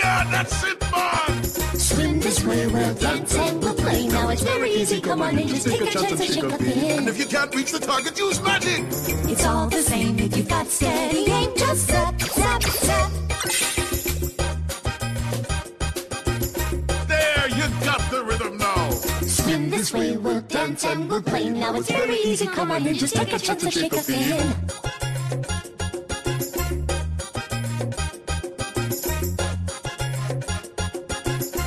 Yeah, that's it, man.
Swim this way, we'll dance and we'll play. Now it's very easy, come on in, just take a chance and shake a feel.
And if you can't reach the target, use magic.
It's all the same if you've got steady aim. Just zap, zap, zap.
There, you got the rhythm now.
Swim this way, we'll dance and we'll play. Now it's very easy. Come on in, just take a chance and shake a fin.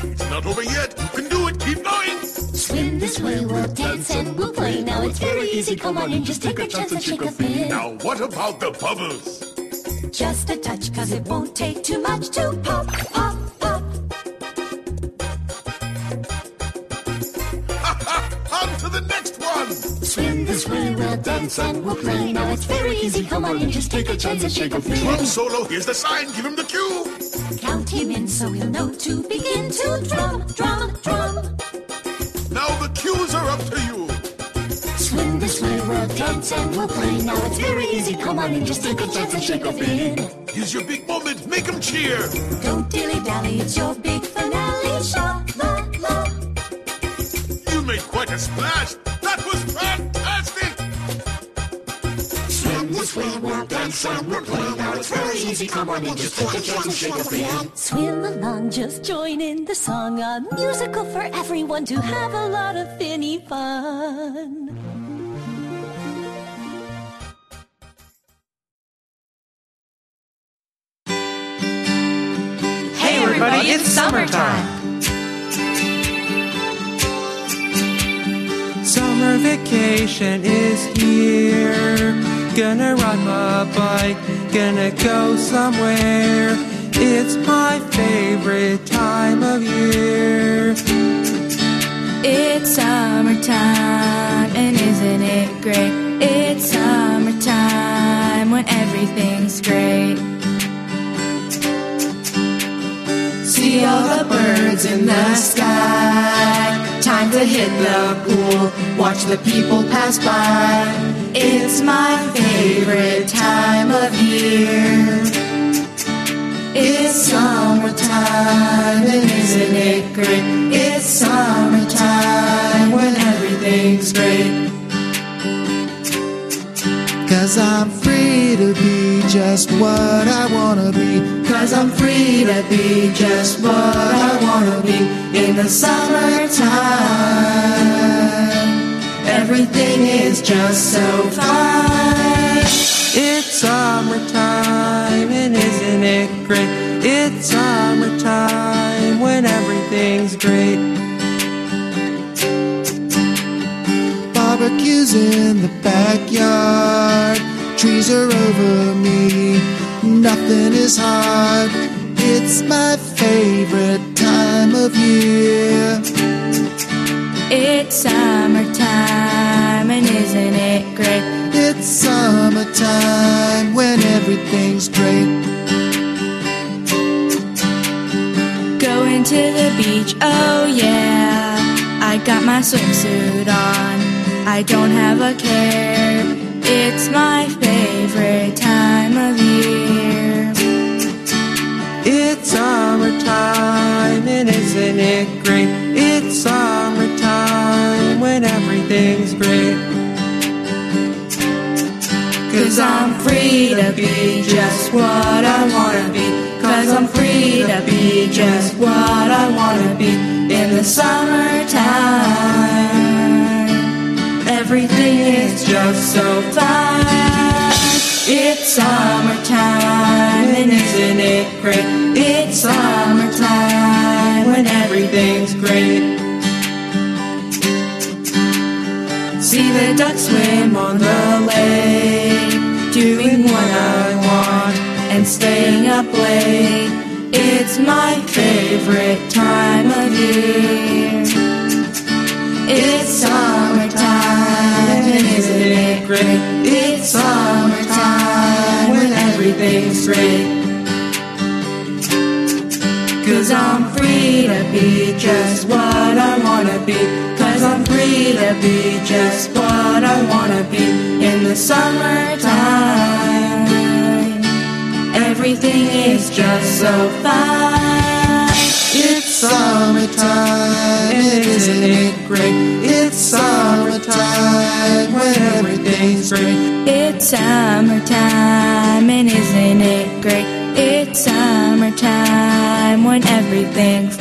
It's not over yet. You can do it. Keep going.
Swim this way, we'll dance and we'll play. Now it's very easy. Come on in, just take a chance and shake a fin.
Now, what about the bubbles?
Just a touch, cause it won't take too much to pop, pop, pop.
On to the next one.
Swim this way, we'll dance and we'll play. Now it's very easy. Come on in, just take a chance and shake a
Drum
fin.
solo. Here's the sign. Give him the cue.
Count him in so he'll know to begin to drum, drum, drum.
Now the cues are up to you.
Swim this way, we'll dance and we'll play. Now it's very easy. Come on in, just take a chance and shake a fin.
Here's your big moment. Make him cheer.
Don't dilly dally, it's your big finale. Sha la la.
You made quite a splash. That was fantastic.
Swim this way, we'll dance and we'll play. Now it's very easy. Come on in, just take a chance and shake a fin. Swim along, just join in the song. A musical for everyone to have a lot of finny fun.
Hey, everybody, it's summertime.
Summer vacation is here. Gonna ride my bike, gonna go somewhere. It's my favorite time of year.
It's summertime, and isn't it great? It's summertime when everything's great.
See all the birds in the sky. Time to hit the pool, watch the people pass by. It's my favorite time of year. It's summertime, and isn't it great? It's summertime when everything's Cause I'm free to be just what I wanna be. Cause I'm free to be just what I wanna be in the summertime. Everything is just so fine.
It's summertime, and isn't it great? It's summertime when everything's great.
Barbecues in the backyard. Trees are over me. Nothing is hard. It's my favorite time of year.
It's summertime, and isn't it great?
It's summertime when everything's great.
Going to the beach, oh yeah. I got my swimsuit on, I don't have a care. It's my favorite time of year.
It's summertime, and isn't it great? It's summertime when everything's great.
Cause I'm free to be just what I wanna be. Cause I'm free to be just what I wanna be in the summertime. Everything is just so fine. It's summertime, and isn't it great? It's summertime when everything's great. See the ducks swim on the lake, doing what I want and staying up late. It's my favorite time of year. It's summertime, and isn't it great? It's summertime when everything's great. Cause I'm free to be just what I wanna be. Cause I'm free to be just what I wanna be in the summertime. Everything is just so fine.
It's summertime, and isn't it great? It's summertime when everything's great.
It's summertime, and isn't it great? It's Oh, summertime when everything's oh, Oh,